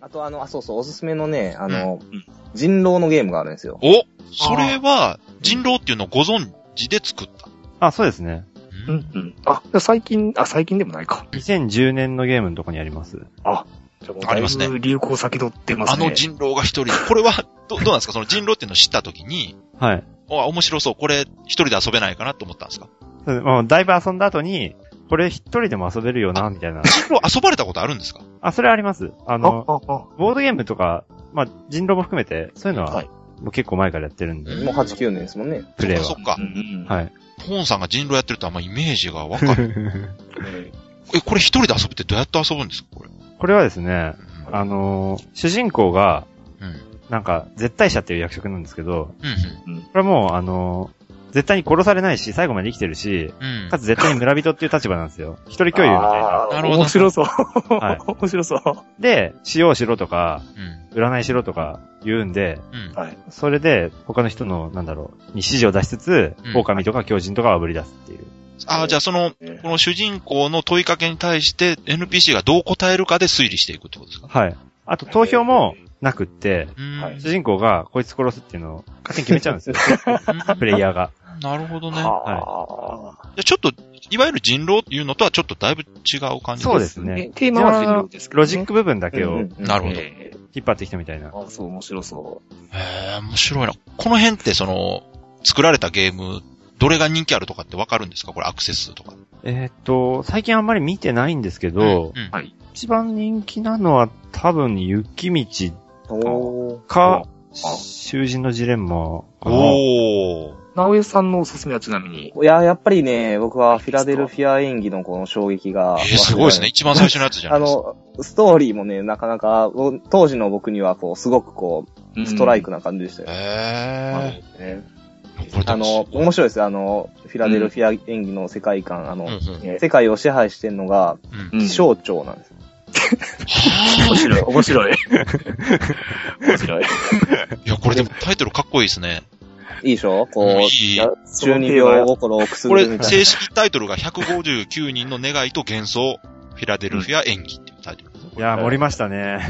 あとあの、あ、そうそう、おすすめのね、あの、うんうん人狼のゲームがあるんですよ。おそれは、人狼っていうのをご存知で作った。あ、そうですね。うんうん。あ、じゃあ最近、あ、最近でもないか。 2010年のゲームのとこにあります。あ、じゃあもうあだりいますねぶ流行先取ってますあね。の人狼が一人で、これはど、どうなんですかその人狼っていうのを知ったときに、はい。あ、面白そう、これ一人で遊べないかなと思ったんですかそうまあだいぶ遊んだ後に、これ一人でも遊べるよな、みたいな。人狼遊ばれたことあるんですかあ、それあります。ああ、の、あ、あ、ボードゲームとか、まあ、人狼も含めて、そういうのは、はいもう結構前からやってるんで、うんもう8、9年ですもんね。プレイそは。っかうそんっか。はい。ポーンさんが人狼やってるとあんまイメージがわ かる。うん。え、これ一人で遊ぶってどうやって遊ぶんですかこれ。これはですね、うあのー主人公が、ん。うん。なんか、絶対者っていう役職なんですけど、うんこれはもう、あのー絶対に殺されないし、最後まで生きてるし、うん。うんか。つ絶対に村人っていう立場なんですよ。一人共有みたいな。あーなるほど面白そう。はい 面白そう。で、使用しろとか、うん占いしろとか言うんで、うん。はい。それで、他の人の、なんだろう、に指示を出しつつ、うん狼とか狂人とかをぶり出すっていう。あ、じゃあその、ねこの主人公の問いかけに対して NPC がどう答えるかで推理していくってことですかはい。あと、投票もなくって、うんはい主人公がこいつ殺すっていうのを勝手に決めちゃう んですよ。 プレイヤヤーが。ー。なるほどね。じゃはあ、あちょっと、いわゆる人狼っていうのとはちょっとだいぶ違う感じ。そうですすね。テーマは人狼ですけどねロジック部分だけうんうをんうんなるほど。ええ引っ張ってきたみたいな。あ、そう、面白そへえ、面白いな。この辺ってその、作られたゲーム、どれが人気あるとかってわかるんですかこれアクセス数とか。えーっと、最近あんまり見てないんですけどう、んはい一番人気なのは多分雪道おーあか、囚人のジレンマかな。おー。う。直江さんのおすすめはちなみに。いや、やっぱりね、僕はフィラデルフィア演技のこの衝撃が。えー、すごいですね。。一番最初のやつじゃなあいですか。の、ストーリーもね、なかなか、お当時の僕には、こう、すごくこう、ストライクな感じでしたよ。えね。ー、これあでのも、すごい、面白いですよ。あの、フィラデルフィア演技の世界観、あの、うんね世界を支配してるのが、うんうんうん気象庁なんですよ。面白い、面白い。面白い。いや、これでもタイトルかっこいいですね。いいでしょこううんい、いや中二病心をくすこぐれるみ、たい正式タイトルが159人の願いと幻想、フィラデルフィア演技っていうタイトルですね。こいれやー、盛りましたね。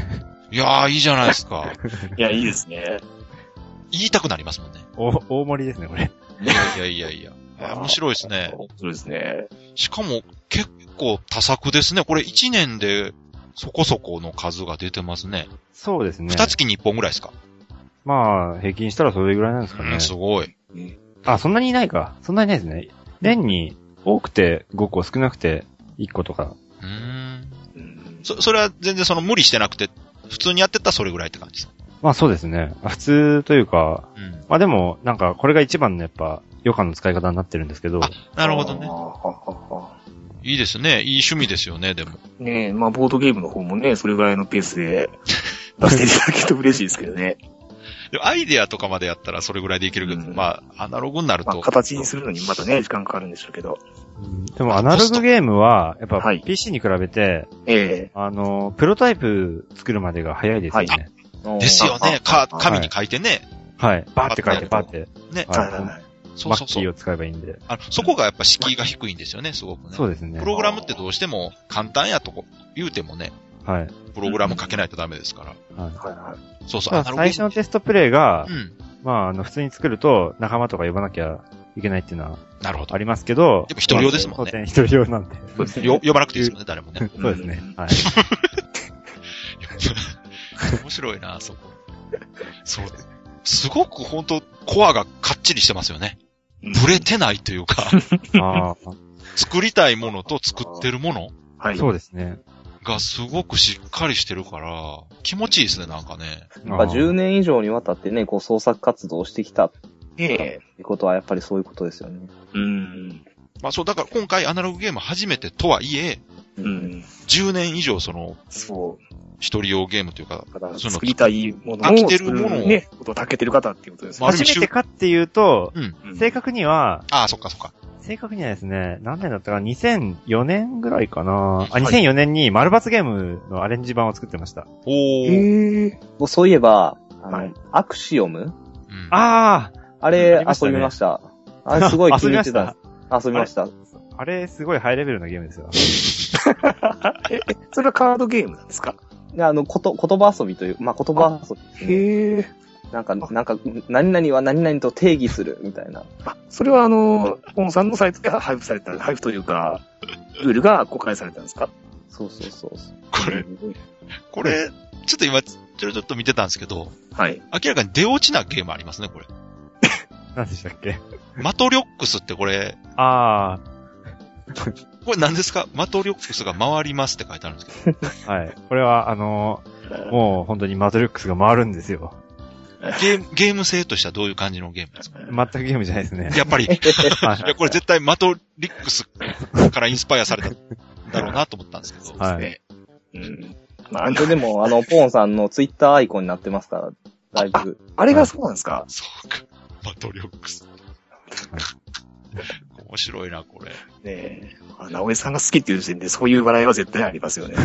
いやー、いいじゃないですか。いや、いいですね。言いたくなりますもんね。お、 大盛りですね、これ。いやいやいやいや。いや面白いですね。そうですね。しかも、結構多作ですね。これ1年で、そこそこの数が出てますね。そうですね。二月に1本ぐらいですか。まあ、平均したらそれぐらいなんですかうねん、。すごい。あ、そんなにいないか。そんなにないですね。年に多くて5個、少なくて1個とか。うーん。うんそ、それは全然その無理してなくて、普通にやってったらそれぐらいって感じです。まあそうですね。あ普通というか、うん。まあでも、なんかこれが一番のやっぱ、余暇の使い方になってるんですけど、なるほどねあー。はははいいですね。いい趣味ですよね、でも。ねえ、まあ、ボードゲームの方もね、それぐらいのペースで出していただけると嬉しいですけど ね。でもアイデアとかまでやったらそれぐらいでいけるけど、うんまあ、アナログになるまあ、と。形にするのにまたね、時間かかるんでしょうけど。うんでもアナログゲームは、やっぱはい PC に比べて、ええあの、プロタイプ作るまでが早いですよね。ですよね。あか、あ紙に書いてね。はい。バーって書いて、パバッーって。ね。はいはいはいはいそうマそうッキそーをう。使えばいいんで。あの、そこがやっぱ敷居が低いんですよね、すごくね。そうですねプ。ログラムってどうしても簡単やとこ、言うてもね、はい。プログラム書けないとダメですから。はいはいはいそうそう、ただ最初のテストプレイが、うん。まあ、あの、普通に作ると仲間とか呼ばなきゃいけないっていうのはなるほどあ。りますけど。でも一人用ですもんねまあ当然一人用なんで。そうですねよ、呼ばなくていいですよね、誰もね。 そうですね。はい。面白いな、そこ。そう。すごく本当コアがかっちりしてますよね。ブレてないという か、ああ、作りたいものと作ってるものはい。そうですね。がすごくしっかりしてるから、気持ちいいですね、なんかね。まやっぱ10年以上にわたってね、こう創作活動をしてきたっねえ。てことはやっぱりそういうことですよね。うん。まあそう、だから今回アナログゲーム初めてとはいえ、うん。 10年以上その、そ一人用ゲームというか、う。だからその作りたいもの飽をきてるものを作ね、ことをたけてる方っていうことですまあね。る意初味めてかっていうと、うん。うん正確には、ああ、そっかそっか。正確にはですね、何年だったか、2004年ぐらいかな。あ、はい2004年に丸ツゲームのアレンジ版を作ってました。えおー。え。もうそういえば、あの、はいアクシオムうんあああれりまし遊たねびました。あれすごい気に入って遊びまた。 遊びました。あ、あれすごいハイレベルなゲームですよ。それはカードゲームなんですかで、あの、こと、言葉遊びという、まあ、言葉遊びですね、へえ。なんか、なんか、何々は何々と定義するみたいな。あ、それはあの、本さんのサイトで配布された、配布というか、ルールが公開されたんですかそうそうそうそう。これ、これ、ちょっと今、ちょろちょっと見てたんですけど、はい。明らかに出落ちなゲームありますね、これ。何でしたっけマトリョックスってこれ、あこれ何ですかマトリョックスが回りますって書いてあるんですけど。あ、はい。これは、あのーもう本当にマトリックスが回るんですよ。ゲーム、ゲーム性としてはどういう感じのゲームですか全くゲームじ ゃな いですね。やっぱり、いはいや、これ絶対マトリックスからインスパイアされたんだろうなと思ったんですけど。はいねうん。まあ、それでも、あの、ポーンさんのツイッターアイコンになってますから、だいぶ。あれがそうなんですかそうか。マトリョックス。面白いな、これ。ねえ。まあ直江さんが好きっていう時点で、そういう笑いは絶対ありますよね。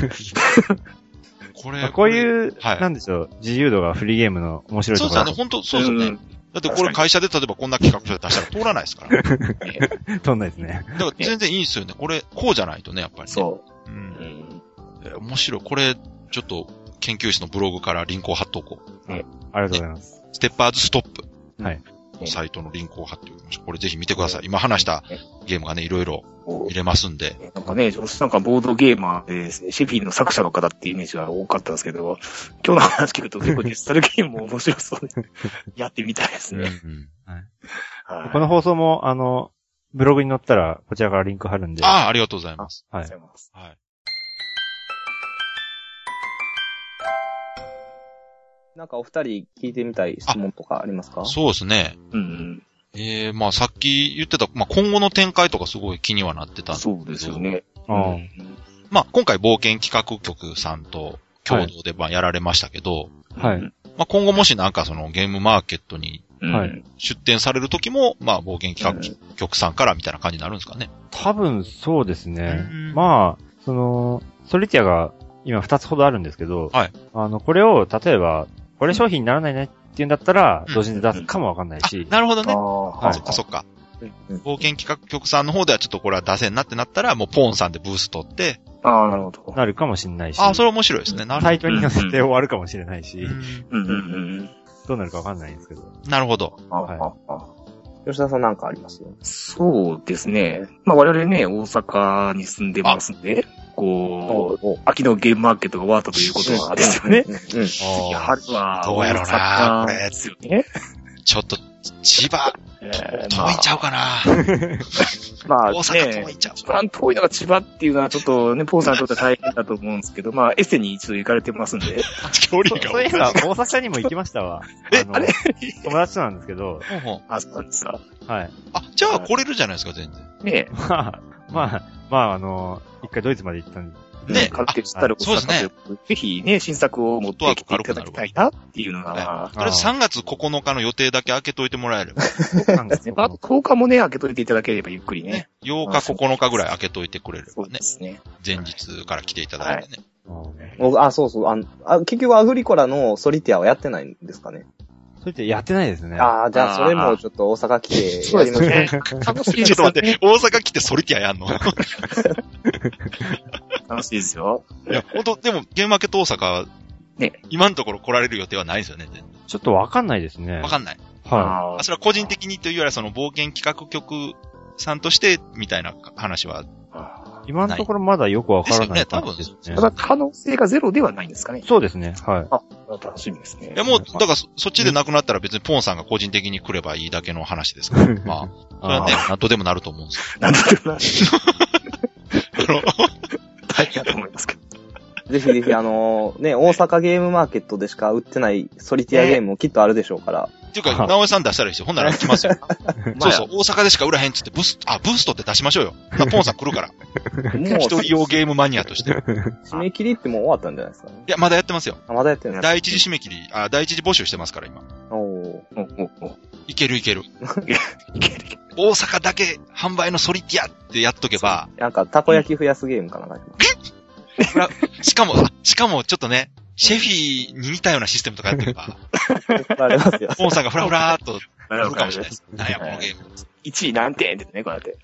これまあ、こういう、はいなんでしょう、自由度がフリーゲームの面白いそとうですよね、ころだ本当そうですよね。ん。だってこれ会社で例えばこんな企画書出したら通らないですから。だと 取んないですね。から全然いいですよね。これ、こうじゃないとね、やっぱりね。。そうう。うんん。え面白い。これ、ちょっと、研究室のブログからリンクを貼っとこう。ありがとうございます。ステッパーズストップ。はい。サイトのリンクを貼っておきましょう。これぜひ見てください。今話したゲームがね、いろいろこ見れますんで。うなんかね、なんかボードゲーマーで、シェフィンの作者の方っていうイメージが多かったんですけど、今日の話聞くと結構デジタルゲームも面白そうで、やってみたいですね。うんはい。この放送も、あの、ブログに載ったら、こちらからリンク貼るんで。ああ、ありがとうございます。はありいがとうございます。はい。なんかお二人聞いてみたい質問とかありますかそうですね。うんええまあさっき言ってた、まあ今後の展開とかすごい気にはなってうたん。んでそうですよね。ああはい。まあ今回冒険企画局さんと共同でまあやられましたけど、はい。まあ今後もしなんかそのゲームマーケットにうんはい。出展される時も、まあ冒険企画局さんからみたいな感じになるんですかね。多分、そうですねうん。まあ、その、ソリティアが今2つほどあるんですけど、はいあの、これを、例えば、これ商品にならないねっていうんだったらうん、同時に出すかもわかんないし、なるほどねあ。あ、はいそっかそっか。うんうん冒険企画局さんの方ではちょっとこれは出せんなってなったら、もうポーンさんでブース取って、ああ、なるほど。なるかもしれないし、あ、それ面白いですね。なるサほイトに載せて終わるかもしれないし、ど。うんうんうん。どうなるかわかんないんですけど。なるほど。あはいああ吉田さんなんかありますそうですね。まあ我々ね、大阪に住んでますんで、こう、おう秋のゲームマーケットが終わったということはですよね。うんうんうんいや、春は、どうやろうな大阪これですよね。ちょっと、千葉、え遠ーいんちゃうかな、まあ、大阪ね遠いんちゃう一番遠いのが千葉っていうのはちょっとね、ポーさんにとっては大変だと思うんですけど、まあ、エセに一度行かれてますん で。距離そういえば、大阪にも行きましたわ。えの友達となんですけど、ほんほんあ、そうなんですか。はい。 あ、じゃあ来れるじゃないですか、全然。ねまあ、まあ、まあ、あの、一回ドイツまで行ったんで、ねカルテスタルコさんあそうですねとぜひね、新作を持ってきていただきたいなっていうのが、とりあえず3月9日の予定だけ開けといてもらえれば。 3月ね のまあ、10日もね、開けといていただければゆっくりねね。。8日9日ぐらい開けといてくれれそばうねで。すね。前日から来ていただいてね。うん僕あ、そうそう。あのあ結局アグリコラのソリティアはやってないんですかね。それってやってないですね。ああ、じゃあそれもちょっと大阪来てやりましょう。ね。楽しいでちょっすとよ待って、大阪来てソリティアやんのい楽しいですよ。や、ほんと、でも、ゲームマーケット大阪、ね今のところ来られる予定はないですよね、全然 ちょっとわかんないですね。わかんない。はああーそれは個人的にというよりは、その冒険企画局さんとして、みたいな話は。あい。今のところまだよくわからない感じですですーねた。だ可能性がゼロではないんですかね。そうですね。はい。楽しみですね。いや、もう、だからそ、そっちでなくなったら別にポンさんが個人的に来ればいいだけの話ですから。まあ、それはねあ、なんとでもなると思うんですなんとでもないけど。大変だと思いますけど。ぜひぜひ、あのね、大阪ゲームマーケットでしか売ってないソリティアゲームもきっとあるでしょうから。っていうか、直江さん出したらいいですよ。ほんなら来ますよ。そうそう、大阪でしか売らへんっつって、ブースト、あ、ブーストって出しましょうよ。なポンさん来るから。もう、一人用ゲームマニアとして。い締め切りってもう終わったんじゃないですかね。や、まだやってますよ。あ、まだやってるんですか第一次締め切り、あ、第一次募集してますから、今。おーおうおうおういけるいける。いけるいける大阪だけ販売のソリティアってやっとけば、なんか、たこ焼き増やすゲームかななんかしかも、あしかもちょっとね、シェフィーに似たようなシステムとかやってれば、作られますよ。ポンさんがフラフラーっとな来るるほかどもしれないです。なんや、このゲーム。 1位何点ですね、こうやって。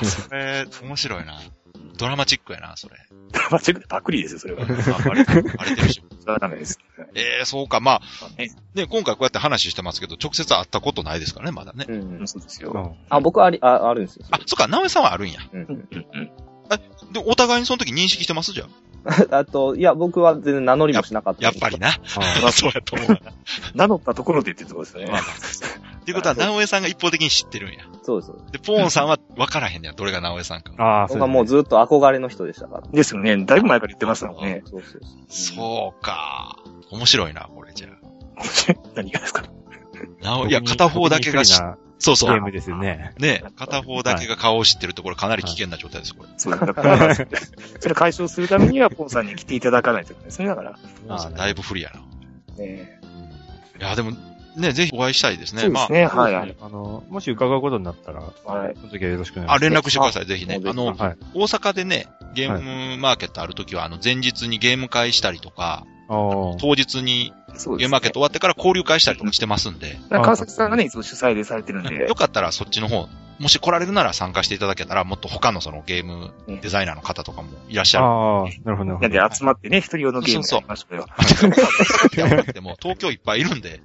あそれ、面白いな。ドラマチックやな、それ。ドラマチックでパクリですよ、それは。あバレてるバレてるし。それはダメです。ええそうか。まあ、ねね、今回こうやって話してますけど、直接会ったことないですからね、まだね。ううんん。そうですうよ。んあ、僕あり、あ、あるんですよ。あ、そっか、直江さんはあるんや。う。うんんうんうん。で、お互いにその時認識してますじゃん。あと、いや、僕は全然名乗りもしなかったやんっで。ぱりな。 あそうやと思う。名乗ったところでってとこですよまあね。っていうことは、直江さんが一方的に知ってるんや。そうです。そうですで、ポーンさんは分からへんねや。どれが直江さんか。あー、そ僕うはもうずっと憧れの人でしたから。ですよね。だいぶ前から言ってますもんね。そうそうそう。そうか。面白いな、これじゃあ。何が ですかなうお、んいや、片方だけがし、なそうゲそーう。ムですよね。ね片方だけが顔を知ってるところかなり危険な状態です、これ。そうだから、それ解消するためには、ポンさんに来ていただかないといけないですね。だから。あーだいぶ不利やな。いねや、でも、ね、ぜひお会いしたいですね。そうでまあす、ね。はいはい。あの、もし伺うことになったら、はい。その時はよろしくお願いしまあ、す。連絡してください、ぜひね。もあうぜひの、はい。大阪でね、ゲームマーケットあるときは、あの、前日にゲーム会したりとか、あー当日にそうゲですねームマーケット終わってから交流会したりとかしてますんだで、から川崎さんがね、いつも主催でされてるんで よ。かったらそっちの方、もし来られるなら参加していただけたら、もっと他のそのゲームデザイナーの方とかもいらっしゃあー、なるなほど、なるんほでど。集まってね、一人用のゲームやりましょうよ。る。いや、でも東京いっぱいいるん で、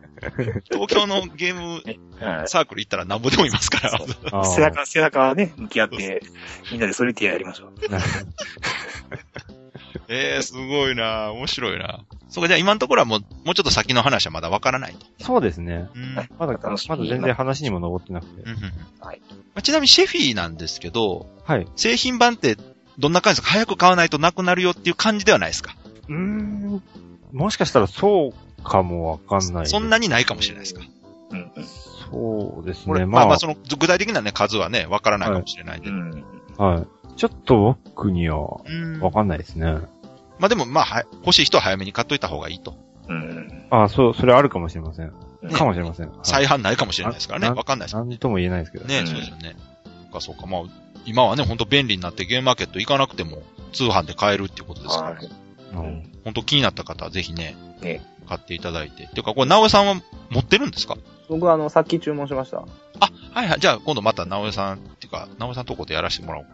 東京のゲームはいサークル行ったらなんぼでもいますから。あー背中、背中ね、向き合って、みんなでソリティアやりましょう。なるほど ええすごいな面白いなそうか、じゃあ今のところはもう、もうちょっと先の話はまだわからないと。そうですね。うん。まだ、まだ楽しみ全然話にも上ってなくて。うんうんうんはいまあちなみにシェフィーなんですけど、はい。製品版ってどんな感じですか早く買わないとなくなるよっていう感じではないですか、うーん。もしかしたらそうかもわかんない。そんなにないかもしれないですかうんそうですこれね。ままああ、まあ、その具体的なね、数はね、わからないかもしれないんうで。ん。うん。はい。ちょっと僕にはうんわかんないですね。まあでも、まあ、は欲しい人は早めに買っといた方がいいと。うん。あそう、それあるかもしれません。ねかもしれません。はい再販ないかもしれないですからね。あわかんないですかなんとも言えないですけど。らね。うんね、そうですよね。そうか、そうか。まあ、今はね、本当便利になってゲームマーケット行かなくても通販で買えるっていうことですから、はいうん本当気になった方はぜひね、ね買っていただいて。っていうか、これ、直江さんは持ってるんですか僕はあの、さっき注文しました。 あ、はいはい。じゃあ、今度また直江さん、っていうか、直江さんとこでやらせてもらおう。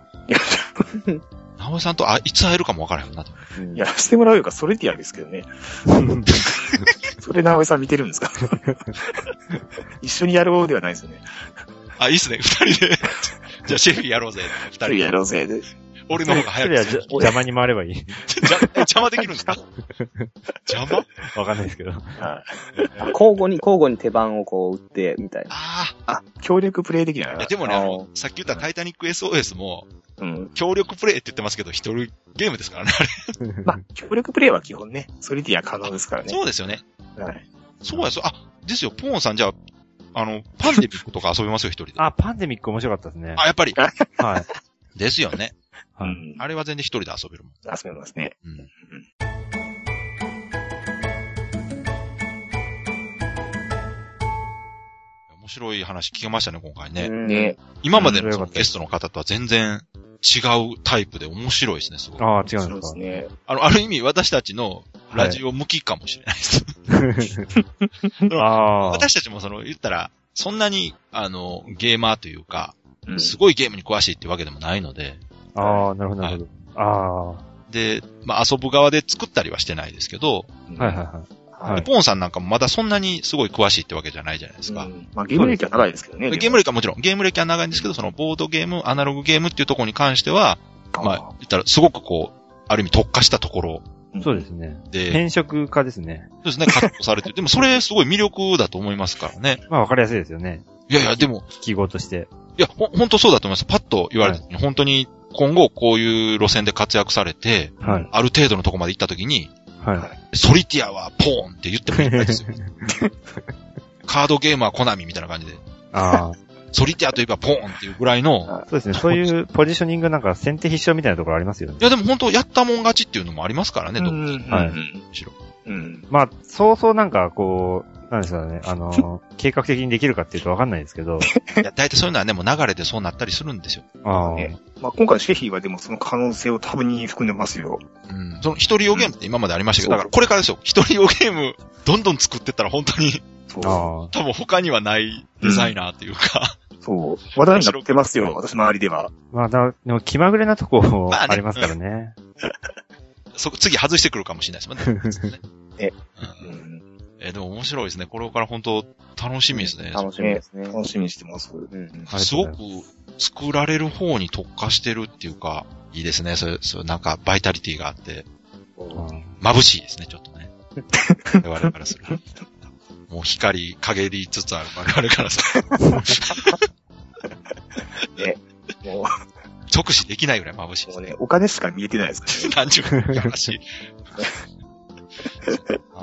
直江さんとあいつ会えるかもわからへんなと。うんやらせてもらうよりか、それでやるですけどね。それ、直江さん見てるんですか一緒にやろうではないですよね。あ、いいっすね、二人で。 じゃあシェフィーやろうぜ、一二人人で。やろうぜ。で俺の方が一早人はくじ着ゃ邪魔に回ればいい。 く。じゃえ邪魔できるんです か邪魔わかんないですけど。あはい交互に、交互に手番をこう打って、みたいな。ああ、協力プレイ的ないあ。いや、でもね、あのあ、さっき言ったタイタニック SOS も、うん。協力プレイって言ってますけど、一人ゲームですからね。あれまあ、協力プレイは基本ね、ソリティア可能ですからね。そうですよね。はい。そうや、そう、あ、ですよ、ポーンさん、じゃあ、あの、パンデミックとか遊びますよ、一人で。あ、 あ、パンデミック面白かったですね。やっぱり。はい。ですよね。うはい。ん。あれは全然一人で遊べるもん。遊べますね。うん。面白い話聞けましたね、今回ね。うんね。今までのそ面の白かったゲストの方とは全然違うタイプで面白いですね、すごい。あああ、違うそんうでですすね。の、ある意味私たちのラジオ向きかもしれないです。 か。 ああ。私たちもその、言ったら、そんなに、あの、ゲーマーというか、うん。すごいゲームに詳しいってわけでもないので、ああ、なるほど、なるほど。あで、まあ遊ぶ側で作ったりはしてないですけど、うんあ。はいはいはい。はい。ポーンさんなんかもまだそんなにすごい詳しいってわけじゃないじゃないですか。うんまあ、ゲーム歴は長いですけどね。ゲーム歴はもちろん、ゲーム歴は長いんですけど、そのボードゲーム、アナログゲームっていうところに関しては、はまあ、言ったらすごくこう、ある意味特化したところそうですね。で、変色化ですね。そうですね、活動され てる。でもそれすごい魅力だと思いますからね。まあ、わかりやすいですよね。いやいや、でも、聞き語として。いや、ほ、本当そうだと思います。パッと言われた時に、本当に今後こういう路線で活躍されて、はい。ある程度のとこまで行った時に、はい。ソリティアはポーンって言ってもいいん ですよ。カードゲームはコナミみたいな感じで、あソリティアといえばポーンっていうぐらいの、あ。そう ですね。そういうポジショニングなんか先手必勝みたいなところありますよねい。やでも本当やったもん勝ちっていうのもありますからね、うんどうっん。はいむしろ。うん。まあ、そうそうなんかこう、なんでしょうね。あ の、計画的にできるかっていうとわかんないですけ ど。いや、大体そういうのはね、もう流れでそうなったりするんですよ。ああ。ねまあ、今回シェヒーはでもその可能性を多分に含んでますよ。うん。その一人用ゲームって今までありましたけど、うんだからこれからですよ。一人用ゲーム、どんどん作ってったら本当に、そう。あ多分他にはないデザイナーっていうか。そう。話題になってますよ、私の周りでは。あ。まあ、だ、でも気まぐれなとこまあねあり ますからね。そこ、次外してくるかもしれないですもんね。えう。うんん。え、でも面白いですね。これから本当楽しみですね。楽しみですね。楽しみにしてます。うん。ありがすとうごございくます作られる方に特化してるっていうか、いいですね。そういう、そういうなんかバイタリティがあって、眩しいですね、ちょっとね。我々からすると。もう光、陰りつつある我々からするも、と 直視できないぐらい眩しいうもですうね。ね、お金しか見えてないです からね。何十分か悲しい。うん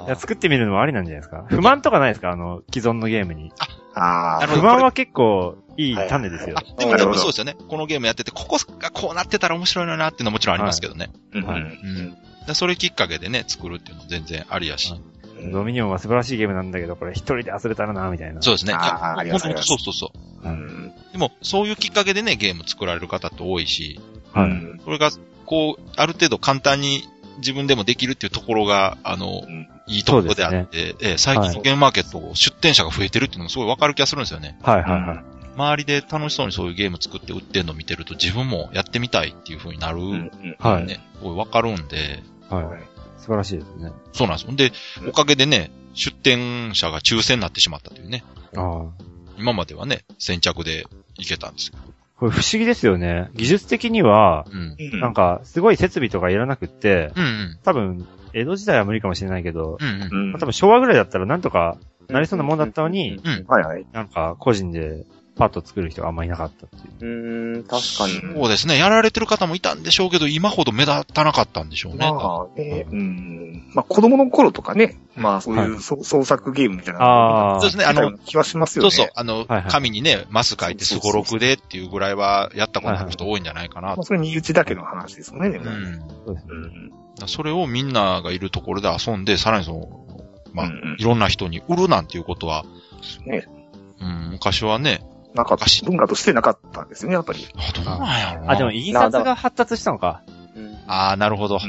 いや作ってみるのもありなんじゃないですか。不満とかないですかあの、既存のゲームに。あなあ。るほど不満は結構いい種ですよあ。、でもなでるもほどそうですよね。このゲームやってて、ここがこうなってたら面白いのになっていうのはもちろんありますけどね。。うんはいうん。でそれきっかけでね、作るっていうのも全然ありやし。はうんドミニオンは素晴らしいゲームなんだけど、これ一人で遊べたらな、みたいな。そうですね。いやあーありがとうございますそうそうそう。うん。でも、そういうきっかけでね、ゲーム作られる方って多いし、はうい。んこれが、こう、ある程度簡単に自分でもできるっていうところが、あの、んいいところであって、ええ最近はのいゲームマーケット、出店者が増えてるっていうのもすごいわかる気がするんですよね。はい、はい、はい。周りで楽しそうにそういうゲーム作って売ってんの見てると、自分もやってみたいっていう風になる、うんね、はい。すごいわかるんで、はい。素晴らしいですね。そうなんです。ほんで、うんおかげでね、出店者が抽選になってしまったというね、ああ。今まではね、先着でいけたんですけど。これ不思議ですよね。技術的には、うん。うんなんか、すごい設備とかいらなくって、うんうん。多分、江戸時代は無理かもしれないけど、うんうん。うん多分昭和ぐらいだったらなんとかなりそうなもんだったのに、うんはいはい。なんか、個人でパッと作る人があんまいなかったっていうう。ん、うん確かに。そうですね。やられてる方もいたんでしょうけど、今ほど目立たなかったんでしょうね。まあね、うん。まあ子供の頃とかね、まあそういうそ創作ゲームみたいなのああそうですね。あ見たよのう、な気はしますよそうね。そう。あの、はいはい紙にね、マス書いてそすうそごうそうろくでっていうぐらいはやったことある人多いんじゃないかなまあと。それ身内だけの話ですよね、でもうね。ん。だかそうですね。うん。らそれをみんながいるところで遊んで、さらにその、まあうんうん、いろんな人に売るなんていうことは、ねうん、昔はね、なんか昔文化としてなかったんですよね、やっぱり。あ、どうなんやろうな。あ、でも、印刷が発達したのか。うんあーなるほど。ん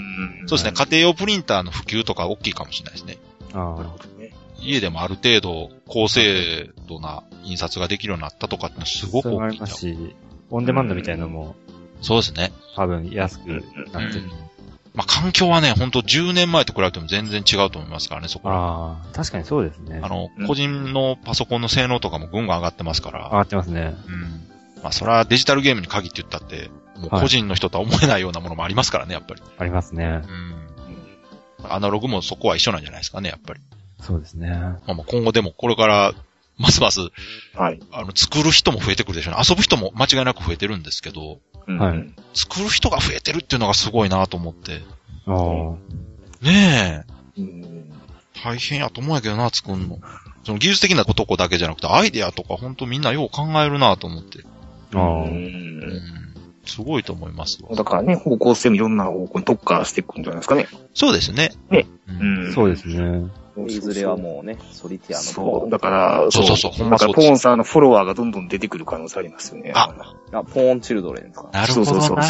そうですね。家庭用プリンターの普及とか大きいかもしれないですね。なるあほどね。家でもある程度、高精度な印刷ができるようになったとかってのはあ。すごくそれもあ大きいんりだますし、オンデマンドみたいなのも、そうですね。多分安くうなってるん。まあ、環境はね、ほんと10年前と比べても全然違うと思いますからね、そこは。ああ、確かにそうですね。あのう、ん個人のパソコンの性能とかもぐんぐん上がってますから上。がってますね。うん。まあ、それはデジタルゲームに限って言ったって、もう個人の人とは思えないようなものもありますからね、やっぱり。ありますね。うん。アナログもそこは一緒なんじゃないですかね、やっぱり。そうですね。まあ、まあ今後でもこれから、ますます、はい。あの、作る人も増えてくるでしょうね。遊ぶ人も間違いなく増えてるんですけど、うんはい。作る人が増えてるっていうのがすごいなと思って。ああ。ねうえ、ん大変やと思うんやけどな、作るの。その技術的なことこだけじゃなくて、アイデアとかほんとみんなよう考えるなと思って。ああ。ううんん。すごいと思いますわ。だからね、方向性もいろんな方向に特化していくんじゃないですかね。そうですね。ねうんうんそうですね。いずれはもうね、ソリティアのそ方う。だから、そうそうそうほんだまかそら、うポーンさんのフォロワーがどんどん出てくる可能性ありますよね。ああ、ポーンチルドレンか。なるそほうそうどそうな。。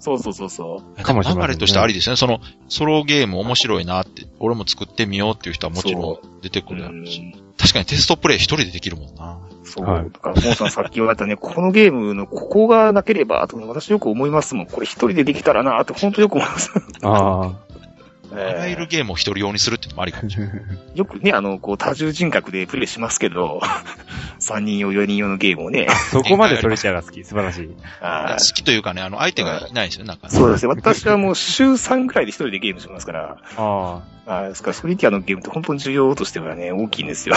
そうそうそうそう。かもしれませんね流れとしてありですね。その、ソロゲーム面白いなって、俺も作ってみようっていう人はもちろそん出てくるだうろんうし。確かにテストプレイ一人でできるもんな。そう。はいだから、ポーンさんさっき言われたね、このゲームのここがなければ、と私よく思いますもん。これ一人でできたらな、って本当よく思います。ああ。あらゆるゲームを一人用にするっていうのもありかもしれない。 よくね、あの、こう、多重人格でプレイしますけど、3人用、4人用のゲーム をね。そこまでソリティアが好き。素晴らしい。あ好ーきというかね、あの、相手がいないんですよ、なんか。そうですね。私はもう週3くらいで一人でゲームしますから。ああ。あーですから、ソリティアのゲームって本当に重要としてはね、大きいんですよ。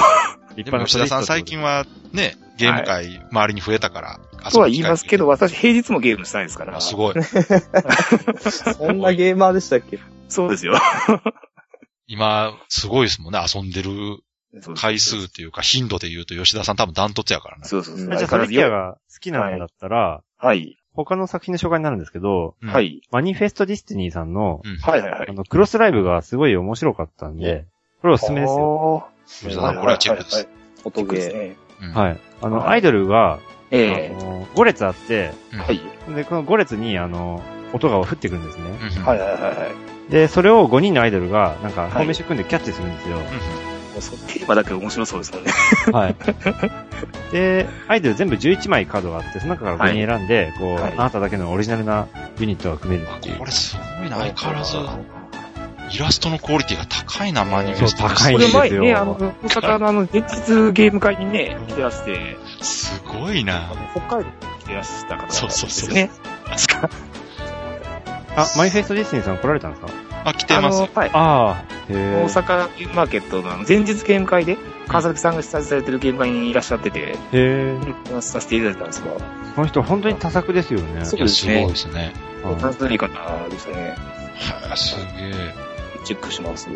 立でも吉田さん最近は。はね、ゲーム界周りに増えたから、とは言いますけど、私平日もゲームしたいですからあ。すごい。 そんなゲーマーでしたっけそうですよ。今、すごいですもんね、遊んでるそう回数っていうか頻度で言うと吉田さん多分ダントツやからね。そうそうそう。じゃあ、相ソ変わらリずティアが好きなんだったら、はい。他の作品の紹介になるんですけど、うんは。い。マニフェストディスティニーさんの、うん。はいはいはあい。の、クロスライブがすごい面白かったんで、これおすすめですよ。よ。吉田さん、これはチェックです。音ですゲね。うんはい。あの、はいアイドルが、えあえ。の5列あって、はい。で、この5列に、あの、音が降ってくるんですね。うんはいはいはいはい。で、それを5人のアイドルが、なんか、いフォーメーション組んでキャッチするんですよ。うもうそうテーマだけ面白そうですもんね。はい。で、アイドル全部11枚カードがあって、その中から5人選んで、こう、はいあなただけのオリジナルなユニットが組めるっていんうこ。れすごいな、相変わらず。イラストのクオリティが高いな、マニフェスト。そう高いこんでれすよ前にね、あの、大阪のあの、前日ゲーム会にね、来てらして、すごいあな。の北海道に来てらした方そうそうですそうよね。確か。あ、マイフェイストディスニーさん来られたんですかあ、来てますよ。あのはい。ああ、へ大え。阪ゲームマーケットのあの前日ゲーム会で、川崎さんが主催されてるゲーム会にいらっしゃってて、へえ。お話しさせていただいたんですが、この人本当に多作ですよね。そういや、すごいですね。はい何という方ですね、はあ、すげえ。チェックします。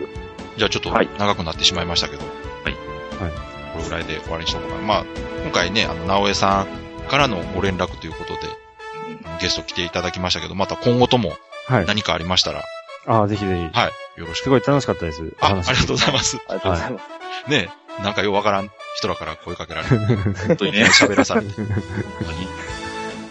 じゃあちょっとはい長くなってしまいましたけど。はいはい。これぐらいで終わりにしようかな。まあ、今回ね、あの、直江さんからのご連絡ということで、ゲスト来ていただきましたけど、また今後ともはい。何かありましたら、ああ、ぜひぜひ。はい、よろしすく。ごい楽しかったです。あ、ありがとうございまます。ー。ありがとうございます。ねえなんかようわからん人らから声かけられる。本当に ね。喋らされて。本当に。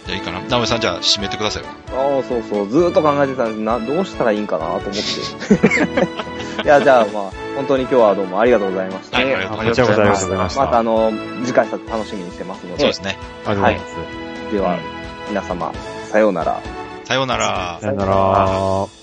じゃあいいかな。直江さん、じゃあ締めてくださいよ。ああ、そうそう。ずーっと考えてたんですな、どうしたらいいんかなと思って。 いや、じゃあまあ、本当に今日はどうもありがとうございました。はいねありがとうこちらこそありがとうございました。またあの、次回作楽しみにしてますのそうでで、すね。ありがとうございます。では、皆様、さようなら。さようなら。さよなら。